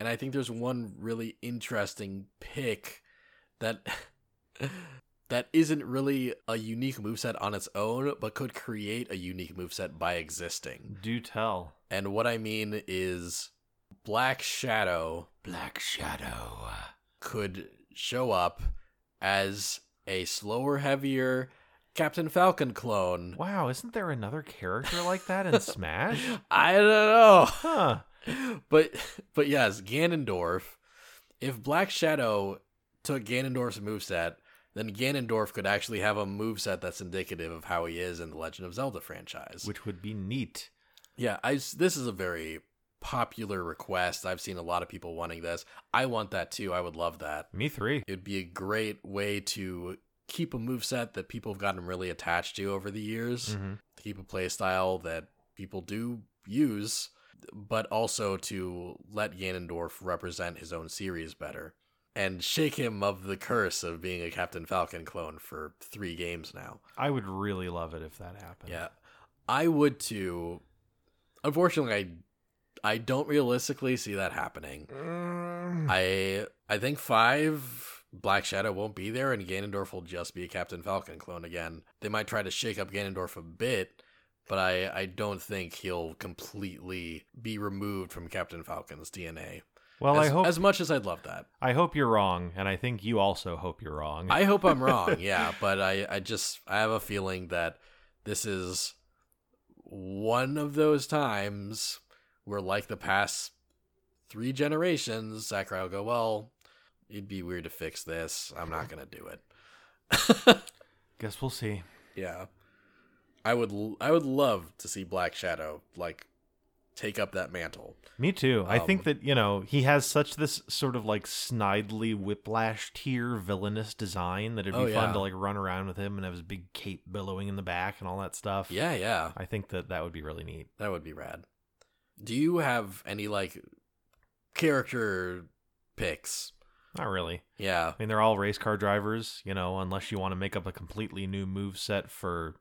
[SPEAKER 1] and I think there's one really interesting pick that *laughs* that isn't really a unique moveset on its own, but could create a unique moveset by existing.
[SPEAKER 2] Do tell.
[SPEAKER 1] And what I mean is Black Shadow
[SPEAKER 2] Black Shadow.
[SPEAKER 1] could show up as a slower, heavier Captain Falcon clone.
[SPEAKER 2] Wow, isn't there another character like that in Smash?
[SPEAKER 1] *laughs* I don't know. *laughs*
[SPEAKER 2] Huh.
[SPEAKER 1] but but yes, Ganondorf. If Black Shadow took Ganondorf's moveset, then Ganondorf could actually have a moveset that's indicative of how he is in the Legend of Zelda franchise.
[SPEAKER 2] Which would be neat.
[SPEAKER 1] yeah, I s this is a very popular request. I've seen a lot of people wanting this. I want that too. I would love that.
[SPEAKER 2] Me three.
[SPEAKER 1] It'd be a great way to keep a moveset that people have gotten really attached to over the years
[SPEAKER 2] Mm-hmm.
[SPEAKER 1] to keep a play style that people do use, but also to let Ganondorf represent his own series better and shake him of the curse of being a Captain Falcon clone for three games now.
[SPEAKER 2] I would really love it if that happened.
[SPEAKER 1] Yeah, I would too. Unfortunately, I I don't realistically see that happening. Um, *laughs*
[SPEAKER 2] Mm.
[SPEAKER 1] I I think five Black Shadow won't be there, and Ganondorf will just be a Captain Falcon clone again. They might try to shake up Ganondorf a bit, but I I don't think he'll completely be removed from Captain Falcon's DNA.
[SPEAKER 2] well,
[SPEAKER 1] as,
[SPEAKER 2] I hope
[SPEAKER 1] as much as I'd love that,
[SPEAKER 2] I hope you're wrong, and I think you also hope you're wrong.
[SPEAKER 1] I hope I'm wrong. yeah, but I I just I have a feeling that this is one of those times where, like the past three generations, Sakurai will go, "Well, it'd be weird to fix this. I'm not gonna do it."
[SPEAKER 2] Guess we'll see.
[SPEAKER 1] yeah, I would l- I would love to see Black Shadow like take up that mantle.
[SPEAKER 2] Me too. I think
[SPEAKER 1] Um,
[SPEAKER 2] that, you know, he has such this sort of like snidely whiplash tier villainous design that it'd be
[SPEAKER 1] Oh,
[SPEAKER 2] fun
[SPEAKER 1] yeah.
[SPEAKER 2] to like run around with him and have his big cape billowing in the back and all that stuff.
[SPEAKER 1] Yeah, yeah,
[SPEAKER 2] I think that that would be really neat.
[SPEAKER 1] that would be rad. Do you have any like character picks?
[SPEAKER 2] Not really.
[SPEAKER 1] Yeah.
[SPEAKER 2] I mean, they're all race car drivers, you know, unless you want to make up a completely new move set for,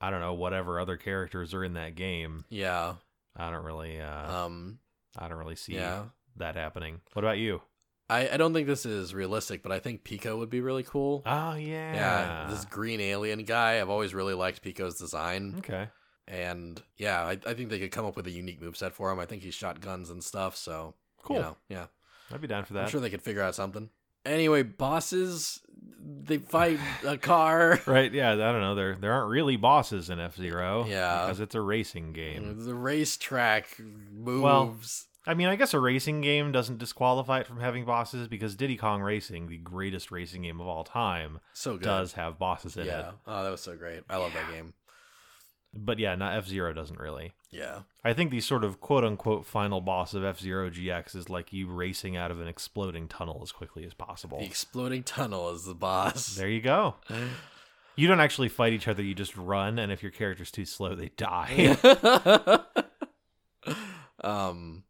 [SPEAKER 2] I don't know, whatever other characters are in that game.
[SPEAKER 1] Yeah.
[SPEAKER 2] I don't really, uh,
[SPEAKER 1] Um.
[SPEAKER 2] I don't really see
[SPEAKER 1] Yeah.
[SPEAKER 2] that happening. What about you?
[SPEAKER 1] I, I don't think this is realistic, but I think Pico would be really cool.
[SPEAKER 2] Oh yeah,
[SPEAKER 1] this green alien guy. I've always really liked Pico's design,
[SPEAKER 2] okay.
[SPEAKER 1] and yeah, I, I think they could come up with a unique moveset for him. I think he shot guns and stuff, so you
[SPEAKER 2] Cool.
[SPEAKER 1] know, yeah,
[SPEAKER 2] I'd be down for
[SPEAKER 1] I'm
[SPEAKER 2] that.
[SPEAKER 1] sure they could figure out something. Anyway, bosses, they
[SPEAKER 2] *sighs*
[SPEAKER 1] fight a car.
[SPEAKER 2] Right? Yeah. I don't know. There there aren't really bosses in F Zero.
[SPEAKER 1] Yeah. Mm.
[SPEAKER 2] because it's a racing game.
[SPEAKER 1] the racetrack moves.
[SPEAKER 2] I mean, I guess a racing game doesn't disqualify it from having bosses because Diddy Kong Racing, the greatest racing game of all time,
[SPEAKER 1] so good.
[SPEAKER 2] does have bosses in
[SPEAKER 1] yeah.
[SPEAKER 2] it.
[SPEAKER 1] Oh, that was so great. I love that game.
[SPEAKER 2] But yeah, not F Zero doesn't really.
[SPEAKER 1] Yeah.
[SPEAKER 2] I think the sort of quote unquote final boss of F Zero GX is like you racing out of an exploding tunnel as quickly as possible.
[SPEAKER 1] The exploding tunnel is the boss.
[SPEAKER 2] There you go. You don't actually fight each other, you just run, and if your character's too slow, they die.
[SPEAKER 1] *laughs* um,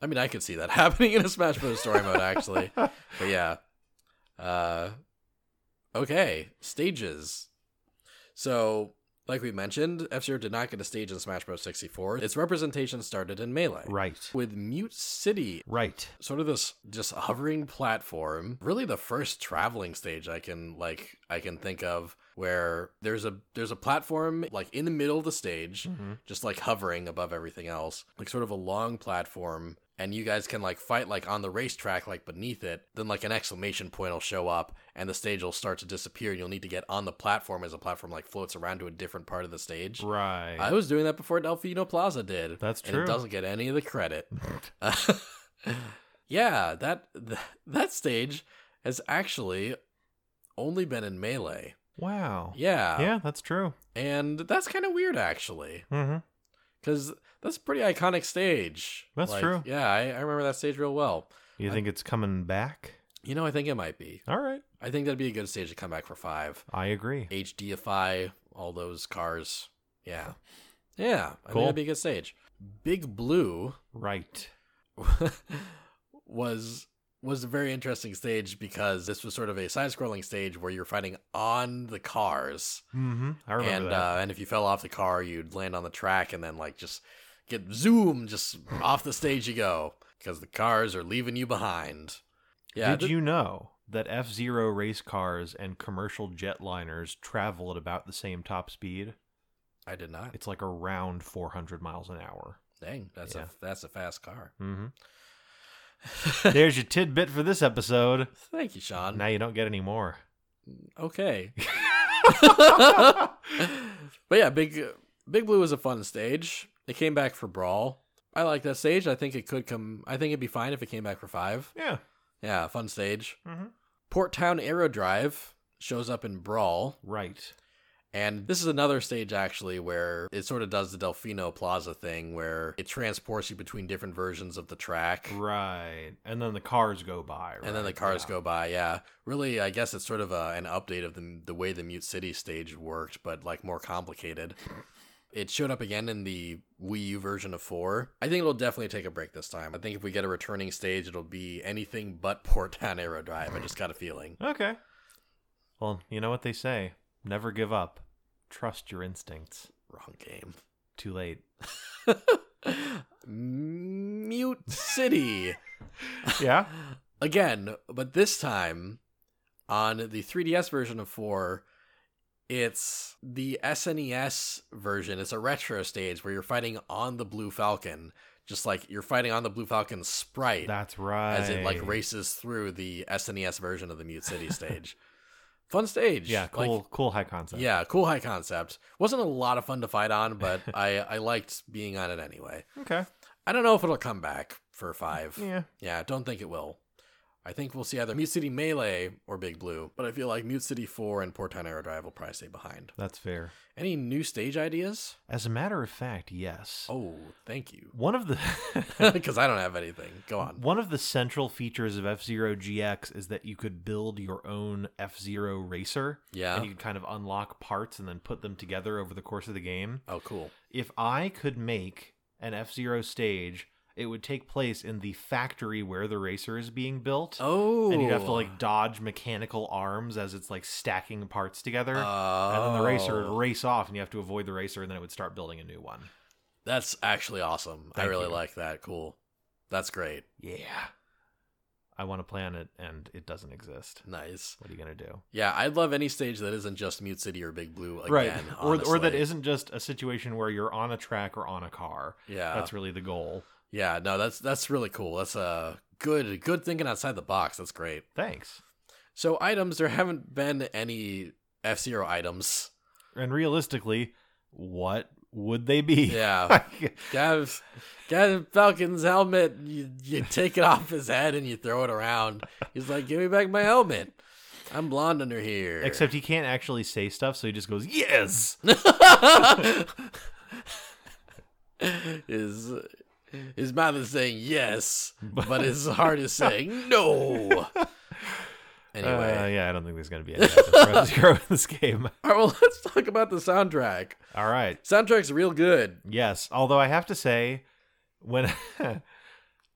[SPEAKER 1] I mean, I could see that *laughs* happening in a Smash Bros. story mode, actually. But yeah. Uh, okay, stages. So, like we mentioned, F Zero did not get a stage in Smash Bros. 64. Its representation started in Melee.
[SPEAKER 2] *laughs* right.
[SPEAKER 1] With Mute City
[SPEAKER 2] Right.
[SPEAKER 1] sort of this just hovering platform really the first traveling stage i can like i can think of where there's a there's a platform like in the middle of the stage
[SPEAKER 2] Mhm.
[SPEAKER 1] just like hovering above everything else like sort of a long platform and you guys can like fight like on the racetrack like beneath it then like an exclamation point will show up and the stage will start to disappear and you'll need to get on the platform as the platform like floats around to a different part of the stage
[SPEAKER 2] Right.
[SPEAKER 1] I was doing that before Delfino Plaza did.
[SPEAKER 2] That's
[SPEAKER 1] and
[SPEAKER 2] true.
[SPEAKER 1] it doesn't get any of the
[SPEAKER 2] *laughs*
[SPEAKER 1] credit. *laughs* yeah, that *laughs* th- that stage has actually only been in melee.
[SPEAKER 2] wow.
[SPEAKER 1] Yeah,
[SPEAKER 2] Yeah, that's true.
[SPEAKER 1] and that's kind of weird actually,
[SPEAKER 2] hmm
[SPEAKER 1] because that's a pretty iconic stage.
[SPEAKER 2] That's true.
[SPEAKER 1] Yeah, I, I remember that stage real well.
[SPEAKER 2] You think it's coming back?
[SPEAKER 1] You know, I think it might be.
[SPEAKER 2] All right.
[SPEAKER 1] I think that'd be a good stage to come back for five.
[SPEAKER 2] I agree.
[SPEAKER 1] HDify, all those cars. Yeah, yeah. I
[SPEAKER 2] Cool.
[SPEAKER 1] think that'd be a good stage. Big Blue
[SPEAKER 2] Right.
[SPEAKER 1] *laughs* was was a very interesting stage because this was sort of a side-scrolling stage where you're fighting on the cars,
[SPEAKER 2] Mm-hmm. I remember
[SPEAKER 1] and
[SPEAKER 2] that.
[SPEAKER 1] uh, and if you fell off the car, you'd land on the track and then like just get zoom, just off the stage you go because the cars are leaving you behind. Yeah,
[SPEAKER 2] Did
[SPEAKER 1] th-
[SPEAKER 2] you know that F Zero race cars and commercial jetliners travel at about the same top speed?
[SPEAKER 1] I did not.
[SPEAKER 2] It's like around 400 miles an hour.
[SPEAKER 1] Dang, that's
[SPEAKER 2] Yeah.
[SPEAKER 1] a that's a fast car. *laughs*
[SPEAKER 2] Mm-hmm. There's your tidbit for this episode.
[SPEAKER 1] Thank you, Sean.
[SPEAKER 2] Now you don't get
[SPEAKER 1] *laughs*
[SPEAKER 2] any more. *laughs*
[SPEAKER 1] okay. *laughs* but yeah, big Big Blue was a fun stage. It came back for Brawl. I like that stage. I think it could come. I think it'd be fine if it came back for five.
[SPEAKER 2] Yeah.
[SPEAKER 1] Yeah, fun stage.
[SPEAKER 2] Mm-hmm.
[SPEAKER 1] Port Town Aero Drive shows up in Brawl,
[SPEAKER 2] Right.
[SPEAKER 1] and this is another stage actually where it sort of does the Delfino Plaza thing, where it transports you between different versions of the track.
[SPEAKER 2] Right. And then the cars go by. Right?
[SPEAKER 1] And then the cars go by, yeah. Really, I guess it's sort of a, an update of the, the way the Mute City stage worked, but like more complicated. It showed up again in the Wii U version of 4. I think it'll definitely take a break this time. I think if we get a returning stage, it'll be anything but Port Town Aero Drive. I just got a feeling.
[SPEAKER 2] Okay. Well, you know what they say never give up, trust your instincts.
[SPEAKER 1] Wrong game. *laughs*
[SPEAKER 2] Too late.
[SPEAKER 1] Mute City.
[SPEAKER 2] *laughs* Yeah.
[SPEAKER 1] again, but this time on the 3DS version of 4, it's the SNES version. It's a retro stage where you're fighting on the Blue Falcon, just like you're fighting on the Blue Falcon sprite
[SPEAKER 2] That's right.
[SPEAKER 1] as it like races through the SNES version of the Mute City stage. *laughs* Fun stage.
[SPEAKER 2] Yeah,
[SPEAKER 1] Like,
[SPEAKER 2] cool, cool high concept.
[SPEAKER 1] yeah, cool high concept. Wasn't a lot of fun to fight on, but I I liked being on it anyway.
[SPEAKER 2] Okay.
[SPEAKER 1] I don't know if it'll come back for 5.
[SPEAKER 2] Yeah.
[SPEAKER 1] Yeah, I don't think it will. I think we'll see either Mute City Melee or Big Blue, but I feel like Mute City 4 and Port Town Aero Drive will probably stay behind.
[SPEAKER 2] That's fair.
[SPEAKER 1] Any new stage ideas?
[SPEAKER 2] As a matter of fact, yes.
[SPEAKER 1] Oh, thank you. *laughs*
[SPEAKER 2] One of the *laughs*
[SPEAKER 1] Because I don't have anything. Go on.
[SPEAKER 2] one of the central features of F Zero GX is that you could build your own F Zero racer,
[SPEAKER 1] Yeah.
[SPEAKER 2] and you could kind of unlock parts and then put them together over the course of the game.
[SPEAKER 1] Oh, cool.
[SPEAKER 2] If I could make an F Zero stage, it would take place in the factory where the racer is being built,
[SPEAKER 1] Oh.
[SPEAKER 2] and you'd have to like dodge mechanical arms as it's like stacking parts together. and then the racer would
[SPEAKER 1] Oh.
[SPEAKER 2] race off and you have to avoid the racer and then it would start building a new one
[SPEAKER 1] That's actually awesome. I
[SPEAKER 2] Thank
[SPEAKER 1] really
[SPEAKER 2] you.
[SPEAKER 1] like that. Cool. That's great.
[SPEAKER 2] Yeah. I want to plan it and it doesn't exist.
[SPEAKER 1] Nice.
[SPEAKER 2] What are you going to do?
[SPEAKER 1] Yeah, I'd love any stage that isn't just Mute City or Big Blue again.
[SPEAKER 2] right. Or, or that
[SPEAKER 1] honestly.
[SPEAKER 2] isn't just a situation where you're on a track or on a car.
[SPEAKER 1] Yeah.
[SPEAKER 2] That's really the goal.
[SPEAKER 1] yeah. No, that's that's really cool. That's uh, good good thinking outside the box. That's great.
[SPEAKER 2] Thanks.
[SPEAKER 1] So items, there haven't been any F Zero
[SPEAKER 2] *laughs*
[SPEAKER 1] items.
[SPEAKER 2] And realistically, what would they be?
[SPEAKER 1] Yeah.
[SPEAKER 2] Like,
[SPEAKER 1] Gav, Gav Falcon's helmet. You, you take it off his head and you throw it around. He's like, "Give me back my helmet. I'm blonde under here."
[SPEAKER 2] *laughs* except he can't actually say stuff, so he just goes, yes.
[SPEAKER 1] *laughs* his his mouth is saying
[SPEAKER 2] *laughs*
[SPEAKER 1] yes, but his heart is saying no.
[SPEAKER 2] Uh,
[SPEAKER 1] Anyway,
[SPEAKER 2] yeah, I don't think there's going to be any *laughs* After Zero in this game.
[SPEAKER 1] all right. Well, *laughs* let's talk about the soundtrack.
[SPEAKER 2] All right.
[SPEAKER 1] Soundtrack's real good.
[SPEAKER 2] Yes, although I have to say, when *laughs*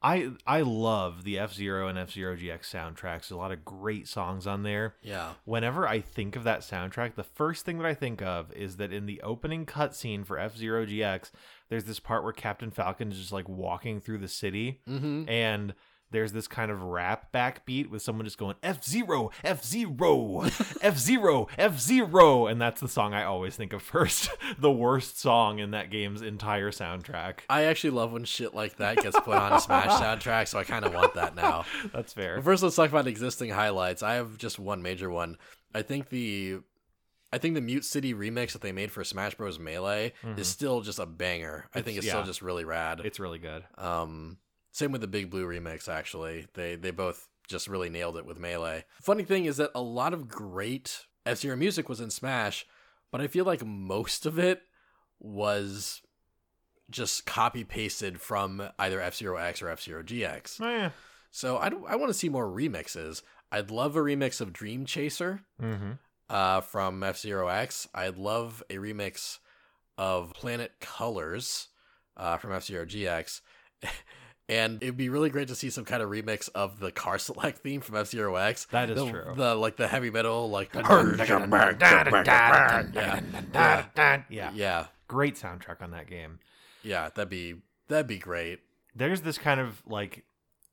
[SPEAKER 2] I I love the F Zero and F Zero GX soundtracks. A lot of great songs on there.
[SPEAKER 1] Yeah.
[SPEAKER 2] Whenever I think of that soundtrack, the first thing that I think of is that in the opening cutscene for F Zero GX, there's this part where Captain Falcon is just like walking through the city,
[SPEAKER 1] Mm-hmm.
[SPEAKER 2] and there's this kind of rap backbeat with someone just going F Zero, F Zero,
[SPEAKER 1] *laughs*
[SPEAKER 2] F Zero, F Zero, and that's the song I always think of first. *laughs* the worst song in that game's entire soundtrack.
[SPEAKER 1] I actually love when shit like that gets put on a
[SPEAKER 2] *laughs*
[SPEAKER 1] Smash soundtrack, so I kind of want that now.
[SPEAKER 2] That's
[SPEAKER 1] But
[SPEAKER 2] fair.
[SPEAKER 1] first, let's talk about existing highlights. I have just one major one. I think the, I think the Mute City remix that they made for Smash Bros. Melee
[SPEAKER 2] Mhm.
[SPEAKER 1] is still just a banger. I think
[SPEAKER 2] It's-
[SPEAKER 1] it's still
[SPEAKER 2] yeah.
[SPEAKER 1] just really rad.
[SPEAKER 2] It's really good.
[SPEAKER 1] Um, same with the Big Blue remix. Actually, they they both just really nailed it with Melee. Funny thing is that a lot of great F Zero music was in Smash, but I feel like most of it was just copy pasted from either F Zero X or F Zero GX.
[SPEAKER 2] Oh, yeah.
[SPEAKER 1] So I don't- I want to see more remixes. I'd love a remix of Dream Chaser
[SPEAKER 2] Mm-hmm.
[SPEAKER 1] uh, from F Zero X. I'd love a remix of Planet Colors uh, from F Zero GX. *laughs* And it'd be really great to see some kind of remix of the Car Select *laughs* theme from F Zero X.
[SPEAKER 2] That is
[SPEAKER 1] the,
[SPEAKER 2] true.
[SPEAKER 1] The like the heavy metal like *laughs*
[SPEAKER 2] *laughs* yeah.
[SPEAKER 1] yeah yeah
[SPEAKER 2] Great soundtrack on that game.
[SPEAKER 1] yeah that'd be that'd be great.
[SPEAKER 2] There's this kind of like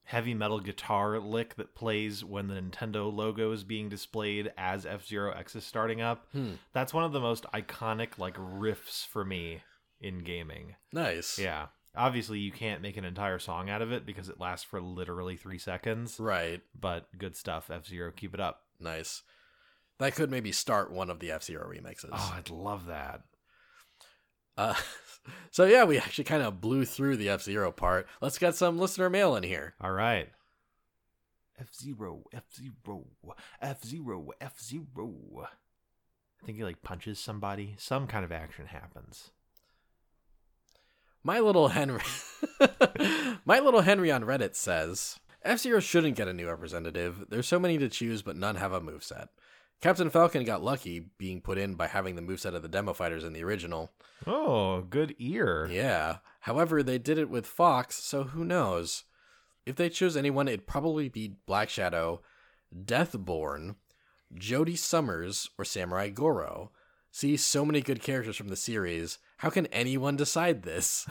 [SPEAKER 2] heavy metal guitar lick that plays when the Nintendo logo is being displayed as F Zero X is starting up.
[SPEAKER 1] Hmm.
[SPEAKER 2] That's one of the most iconic like riffs for me in gaming.
[SPEAKER 1] Nice.
[SPEAKER 2] Yeah. Obviously, you can't make an entire song out of it because it lasts for literally three seconds,
[SPEAKER 1] Right.
[SPEAKER 2] but good stuff, F Zero. Keep it up.
[SPEAKER 1] Nice. That could maybe start one of the F Zero remixes.
[SPEAKER 2] Oh, I'd love that.
[SPEAKER 1] *laughs* Uh, so yeah, we actually kind of blew through the F Zero part. Let's get some listener mail in here.
[SPEAKER 2] All right. F zero, F zero, F zero, F zero. I think he like punches somebody. Some kind of action happens.
[SPEAKER 1] My little Henry, *laughs* my little Henry on Reddit says F Zero shouldn't get a new representative. There's so many to choose, but none have a moveset. Captain Falcon got lucky being put in by having the moveset of the demo fighters in the original.
[SPEAKER 2] Oh, good ear.
[SPEAKER 1] Yeah. However, they did it with Fox, so who knows? If they chose anyone, it'd probably be Black Shadow, Deathborn, Jody Summers, or Samurai Goro. See, so many good characters from the series. How can anyone decide this?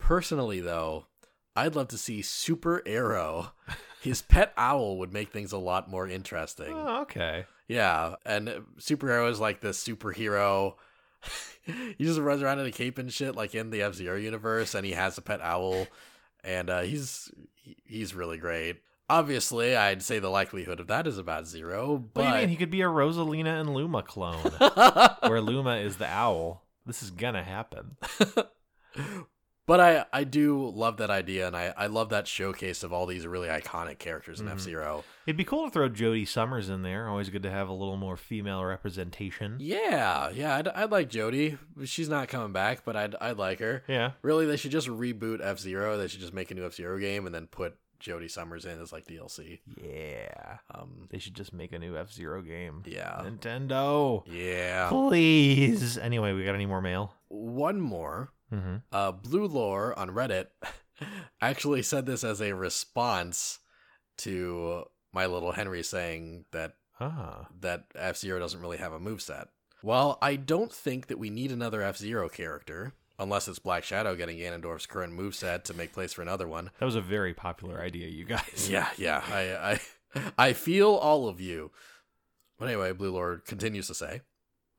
[SPEAKER 1] Personally, though, I'd love to see Super Arrow. His pet owl would make things a lot more interesting.
[SPEAKER 2] Oh, okay.
[SPEAKER 1] Yeah, and uh, superhero is like the superhero. *laughs* he just runs around in a cape and shit, like in the F Zero universe, and he has a pet owl, and uh, he's he- he's really great. Obviously, I'd say the likelihood of that is about zero,
[SPEAKER 2] What
[SPEAKER 1] but
[SPEAKER 2] do you mean? He could be a Rosalina and
[SPEAKER 1] *laughs*
[SPEAKER 2] Luma clone, where Luma is the owl. This is gonna happen.
[SPEAKER 1] but I I do love that idea, and I I love that showcase of all these really iconic characters in
[SPEAKER 2] Mhm.
[SPEAKER 1] F Zero.
[SPEAKER 2] It'd be cool to throw Jodie Summers in there. Always good to have a little more female representation.
[SPEAKER 1] Yeah, yeah, I'd, I'd like Jody. She's not coming back, but I'd I'd like her.
[SPEAKER 2] Yeah.
[SPEAKER 1] Really, they should just reboot F Zero. They should just make a new F Zero game and then put Jody Summers in as like DLC.
[SPEAKER 2] Yeah.
[SPEAKER 1] Um,
[SPEAKER 2] They should just make a new F Zero game.
[SPEAKER 1] yeah,
[SPEAKER 2] Nintendo.
[SPEAKER 1] yeah.
[SPEAKER 2] Please. Anyway, we got any more mail?
[SPEAKER 1] One more.
[SPEAKER 2] Mm-hmm.
[SPEAKER 1] Uh, Blue Lore on Reddit *laughs* actually said this as a response to my little Henry saying that
[SPEAKER 2] Ah.
[SPEAKER 1] that F Zero doesn't really have a moveset. Well, I don't think that we need another F Zero character unless it's Black Shadow getting Ganondorf's current moveset to make place for another one.
[SPEAKER 2] That was a very popular idea, you guys. *laughs*
[SPEAKER 1] Yeah, yeah. I I *laughs* I feel all of you. But anyway, Blue Lord continues to say,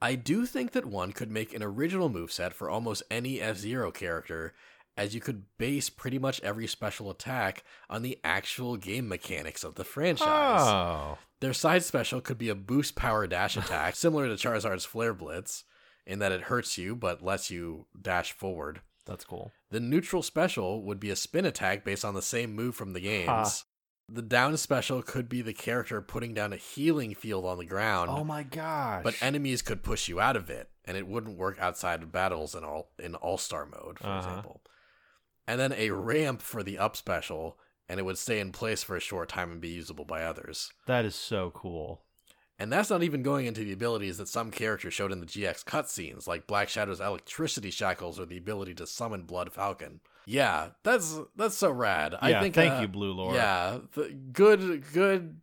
[SPEAKER 1] I do think that one could make an original moveset for almost any F Zero character, as you could base pretty much every special attack on the actual game mechanics of the franchise.
[SPEAKER 2] Oh.
[SPEAKER 1] Their side special could be a boost power dash attack, similar to Charizard's Flare Blitz, in that it hurts you but lets you dash forward.
[SPEAKER 2] That's cool.
[SPEAKER 1] The neutral special would be a spin attack based on the same move from the games.
[SPEAKER 2] Huh.
[SPEAKER 1] The down special could be the character putting down a healing field on the ground,
[SPEAKER 2] Oh my gosh.
[SPEAKER 1] but enemies could push you out of it, and it wouldn't work outside of battles in all in all star mode, for
[SPEAKER 2] Uh-huh.
[SPEAKER 1] example. And then a ramp for the up special, and it would stay in place for a short time and be usable by others.
[SPEAKER 2] that is so cool.
[SPEAKER 1] And that's not even going into the abilities that some characters showed in the GX cutscenes, like Black Shadow's electricity shackles or the ability to summon Blood Falcon. Yeah, that's that's so rad.
[SPEAKER 2] yeah,
[SPEAKER 1] I think
[SPEAKER 2] thank
[SPEAKER 1] uh,
[SPEAKER 2] you, Blue Lord.
[SPEAKER 1] Yeah, th- good, good,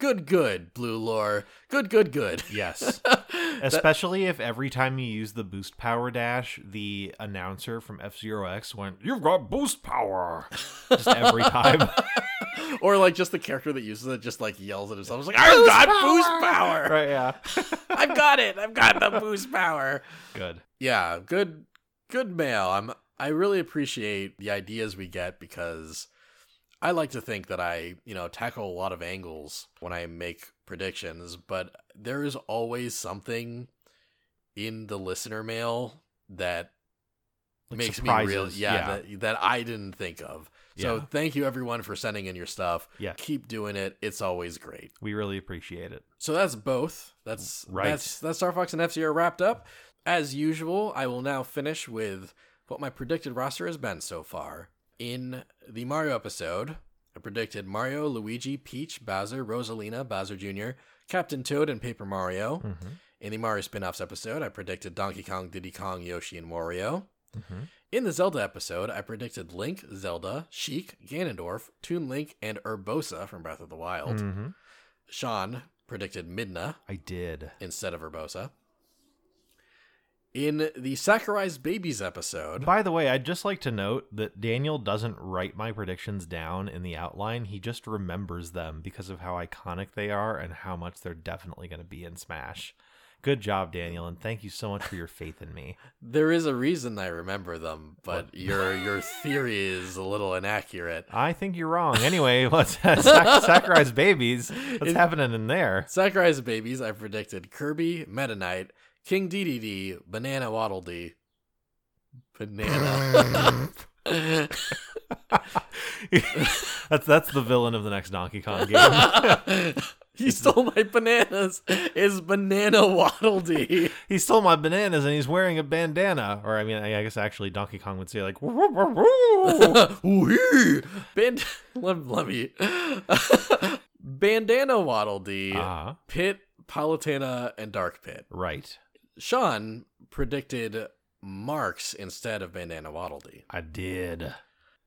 [SPEAKER 1] good, good, Blue Lore. Good, good, good.
[SPEAKER 2] Yes.
[SPEAKER 1] That-
[SPEAKER 2] Especially if every time you use the boost power dash, the announcer from F Zero X went, You've got
[SPEAKER 1] *laughs*
[SPEAKER 2] boost power. Just every time.
[SPEAKER 1] *laughs* or like just the character that uses it just like yells at himself. It's
[SPEAKER 2] *laughs*
[SPEAKER 1] like I've got boost power.
[SPEAKER 2] right, yeah.
[SPEAKER 1] I've got it. I've got the boost power.
[SPEAKER 2] Good.
[SPEAKER 1] yeah good good mail i'm i really appreciate the ideas we get because i like to think that i you know tackle a lot of angles when i make predictions but there is always something in the listener mail that
[SPEAKER 2] Like
[SPEAKER 1] makes me real
[SPEAKER 2] surprises,
[SPEAKER 1] yeah,
[SPEAKER 2] yeah.
[SPEAKER 1] That, that i didn't think of so
[SPEAKER 2] Yeah.
[SPEAKER 1] thank you everyone for sending in your stuff
[SPEAKER 2] Yeah.
[SPEAKER 1] keep doing it it's always great
[SPEAKER 2] We really appreciate it.
[SPEAKER 1] so that's both. That's
[SPEAKER 2] Right.
[SPEAKER 1] That's that's Star Fox and F Zero wrapped up. As usual, I will now finish with what my predicted roster has been so far. In the Mario episode, I predicted Mario, Luigi, Peach, Bowser, Rosalina, Bowser Jr., Captain Toad, and Paper Mario. In the Mario spin-offs episode, I predicted Donkey Kong, Diddy Kong, Yoshi, and Wario.
[SPEAKER 2] Mm-hmm.
[SPEAKER 1] In the Zelda episode, I predicted Link, Zelda, Sheik, Ganondorf, Toon Link, and Urbosa from Breath of the Wild.
[SPEAKER 2] Hmm.
[SPEAKER 1] Sean predicted Midna
[SPEAKER 2] Mm-hmm. I did.
[SPEAKER 1] instead of Urbosa. In the Sakurai's Babies episode,
[SPEAKER 2] By the way, I'd just like to note that Daniel doesn't write my predictions down in the outline. He just remembers them because of how iconic they are and how much they're definitely going to be in Smash. Good job, Daniel, and thank you so much for your faith in me.
[SPEAKER 1] there is a reason I remember them, but
[SPEAKER 2] What?
[SPEAKER 1] your your theory is a little inaccurate.
[SPEAKER 2] I think you're wrong. Anyway, *laughs* what's Sak- Sakurai's babies? What's
[SPEAKER 1] It-
[SPEAKER 2] happening in there? *laughs*
[SPEAKER 1] Sakurai's Babies, I predicted Kirby, Meta Knight, King DDD, Banana Waddle Dee, Banana. *laughs*
[SPEAKER 2] that's that's the villain of the next Donkey Kong
[SPEAKER 1] *laughs*
[SPEAKER 2] game.
[SPEAKER 1] he stole my bananas. Is Banana Waddle Dee?
[SPEAKER 2] he stole my bananas and he's wearing a bandana. Or I mean, I I guess actually Donkey Kong would say like, "Woo, woo, woo,
[SPEAKER 1] *laughs*
[SPEAKER 2] woo."
[SPEAKER 1] Wee! Band- *laughs* let, let me. *laughs* Bandana Waddle Dee,
[SPEAKER 2] Ah,
[SPEAKER 1] Pit, Palutena, and Dark Pit.
[SPEAKER 2] right.
[SPEAKER 1] Sean predicted Marks instead of Bandana Waddle Dee.
[SPEAKER 2] I did.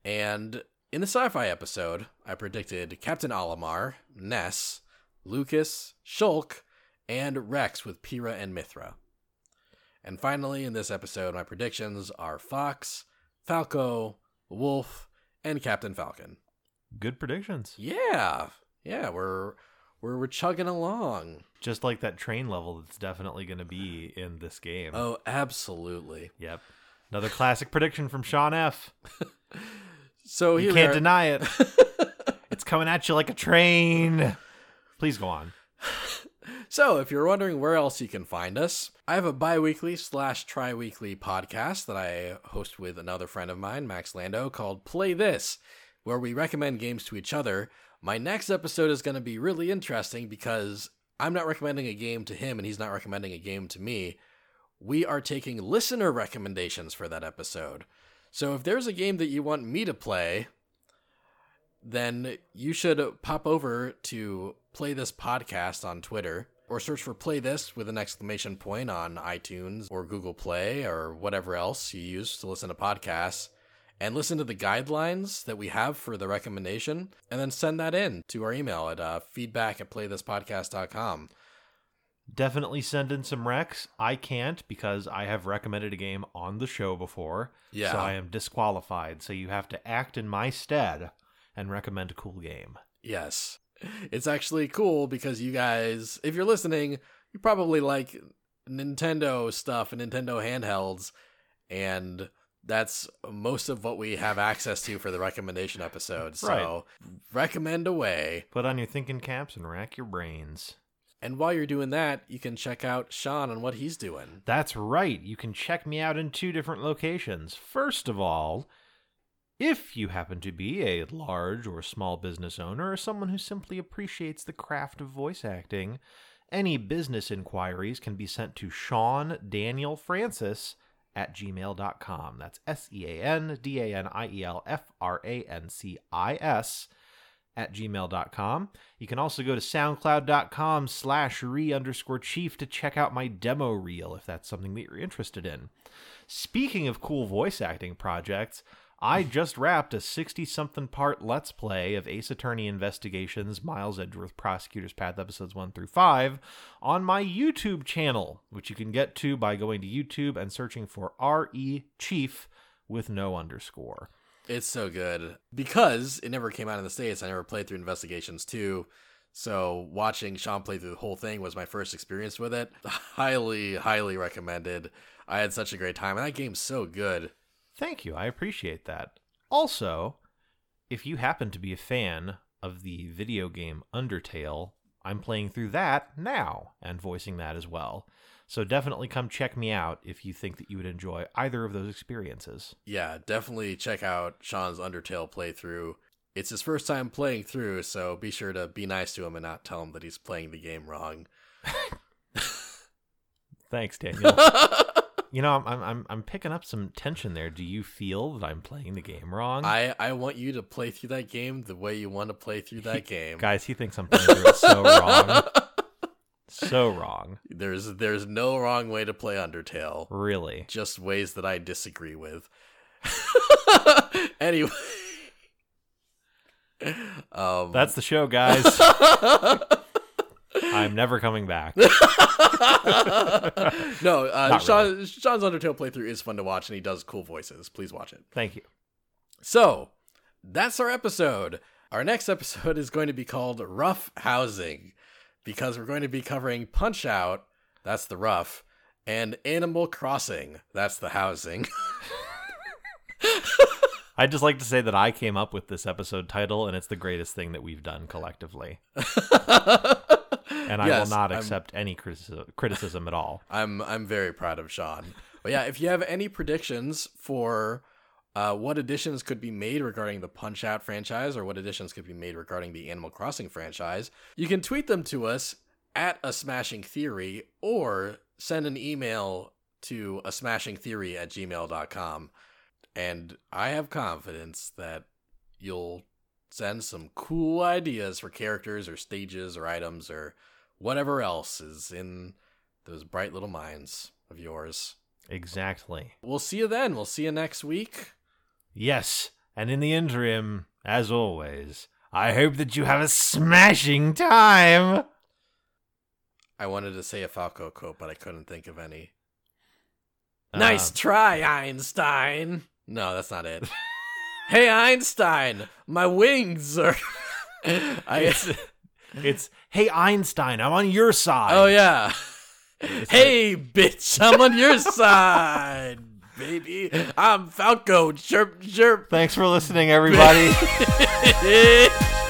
[SPEAKER 1] And in the sci fi episode, I predicted Captain Olimar, Ness, Lucas, Shulk, and Rex with Pira and Mithra. And finally, in this episode, my predictions are Fox, Falco, Wolf, and Captain Falcon.
[SPEAKER 2] Good predictions.
[SPEAKER 1] Yeah, yeah, we're we're, we're chugging along.
[SPEAKER 2] Just like that train level that's definitely going to be in this game.
[SPEAKER 1] Oh, absolutely.
[SPEAKER 2] Yep. Another classic prediction from Sean F.
[SPEAKER 1] So
[SPEAKER 2] You
[SPEAKER 1] Oh, here
[SPEAKER 2] can't
[SPEAKER 1] we are. *laughs*
[SPEAKER 2] deny it. it's coming at you like a train. Please go on.
[SPEAKER 1] So, if you're wondering where else you can find us, I have a bi weekly slash tri weekly podcast that I host with another friend of mine, Max Lando, called Play This, where we recommend games to each other. My next episode is going to be really interesting because I'm not recommending a game to him and he's not recommending a game to me. We are taking listener recommendations for that episode. So, if there's a game that you want me to play, then you should pop over to Play This Podcast on Twitter or search for Play This with an exclamation point on iTunes or Google Play or whatever else you use to listen to podcasts and listen to the guidelines that we have for the recommendation and then send that in to our email at uh, feedback at playthispodcast.com.
[SPEAKER 2] Definitely send in some recs. I can't because I have recommended a game on the show before.
[SPEAKER 1] Yeah.
[SPEAKER 2] So I am disqualified. So you have to act in my stead and recommend a cool game.
[SPEAKER 1] Yes. It's actually cool because you guys, if you're listening, you probably like Nintendo stuff and Nintendo handhelds, and that's most of what we have access to for the recommendation episode. So recommend away.
[SPEAKER 2] Put on your thinking caps and rack your brains.
[SPEAKER 1] And while you're doing that, you can check out Sean and what he's doing.
[SPEAKER 2] That's right. You can check me out in two different locations. First of all, if you happen to be a large or small business owner or someone who simply appreciates the craft of voice acting, any business inquiries can be sent to Sean Daniel Francis at gmail.com. That's S E A N D A N I E L F R A N C I S at gmail.com. You can also go to soundcloud.com slash re underscore chief to check out my demo reel if that's something that you're interested in. Speaking of cool voice acting projects, I just wrapped a 60 something part Let's Play of Ace Attorney Investigations Miles Edgeworth Prosecutor's Path episodes 1 through 5 on my YouTube channel, which you can get to by going to YouTube and searching for RE Chief with no underscore.
[SPEAKER 1] It's so good because it never came out in the States. I never played through Investigations 2. So watching Sean play through the whole thing was my first experience with it. *laughs* Highly, highly recommended. I had such a great time, and that game's so good.
[SPEAKER 2] Thank you. I appreciate that. Also, if you happen to be a fan of the video game Undertale, I'm playing through that now and voicing that as well. So definitely come check me out if you think that you would enjoy either of those experiences.
[SPEAKER 1] Yeah, definitely check out Sean's Undertale playthrough. It's his first time playing through, so be sure to be nice to him and not tell him that he's playing the game wrong.
[SPEAKER 2] Thanks, Daniel. you know, I'm, I'm I'm picking up some tension there. Do you feel that I'm playing the game wrong?
[SPEAKER 1] I, I want you to play through that game the way you want to play through that game.
[SPEAKER 2] Guys, he thinks I'm playing through it so wrong. So wrong.
[SPEAKER 1] There's there's no wrong way to play Undertale.
[SPEAKER 2] Really.
[SPEAKER 1] Just ways that I disagree with. *laughs* anyway. Um *laughs*
[SPEAKER 2] That's the show, guys. I'm never coming back.
[SPEAKER 1] no, uh,
[SPEAKER 2] Not
[SPEAKER 1] Sean, Sean's Undertale playthrough is fun to watch, and he does cool voices. Please watch it.
[SPEAKER 2] Thank you.
[SPEAKER 1] So that's our episode. Our next episode is going to be called Rough Housing because we're going to be covering Punch Out, that's the rough, and Animal Crossing, that's the housing. *laughs*
[SPEAKER 2] I'd just like to say that I came up with this episode title, and it's the greatest thing that we've done collectively. And I will not
[SPEAKER 1] accept.
[SPEAKER 2] accept any critici- criticism at all.
[SPEAKER 1] I'm I'm very proud of Sean. But yeah, if you have any predictions for uh, what additions could be made regarding the Punch Out franchise or what additions could be made regarding the Animal Crossing franchise, you can tweet them to us at a smashing theory or send an email to a smashing theory at gmail.com. And I have confidence that you'll send some cool ideas for characters or stages or items or whatever else is in those bright little minds of yours.
[SPEAKER 2] Exactly.
[SPEAKER 1] We'll see you then. We'll see you next week.
[SPEAKER 2] Yes. And in the interim, as always, I hope that you have a smashing time.
[SPEAKER 1] I wanted to say a Falco quote, but I couldn't think of any.
[SPEAKER 2] Uh,
[SPEAKER 1] nice try, Einstein. No, that's not
[SPEAKER 2] *laughs*
[SPEAKER 1] it. hey, Einstein, my wings are. *laughs* I.
[SPEAKER 2] It's, Uh, it's, hey, Einstein, I'm on your side.
[SPEAKER 1] *laughs* Oh yeah.
[SPEAKER 2] It's
[SPEAKER 1] hey, bitch, I'm on your side, baby. I'm Falco. Chirp, *laughs* chirp. *laughs*
[SPEAKER 2] Thanks for listening, everybody.
[SPEAKER 1] Bye.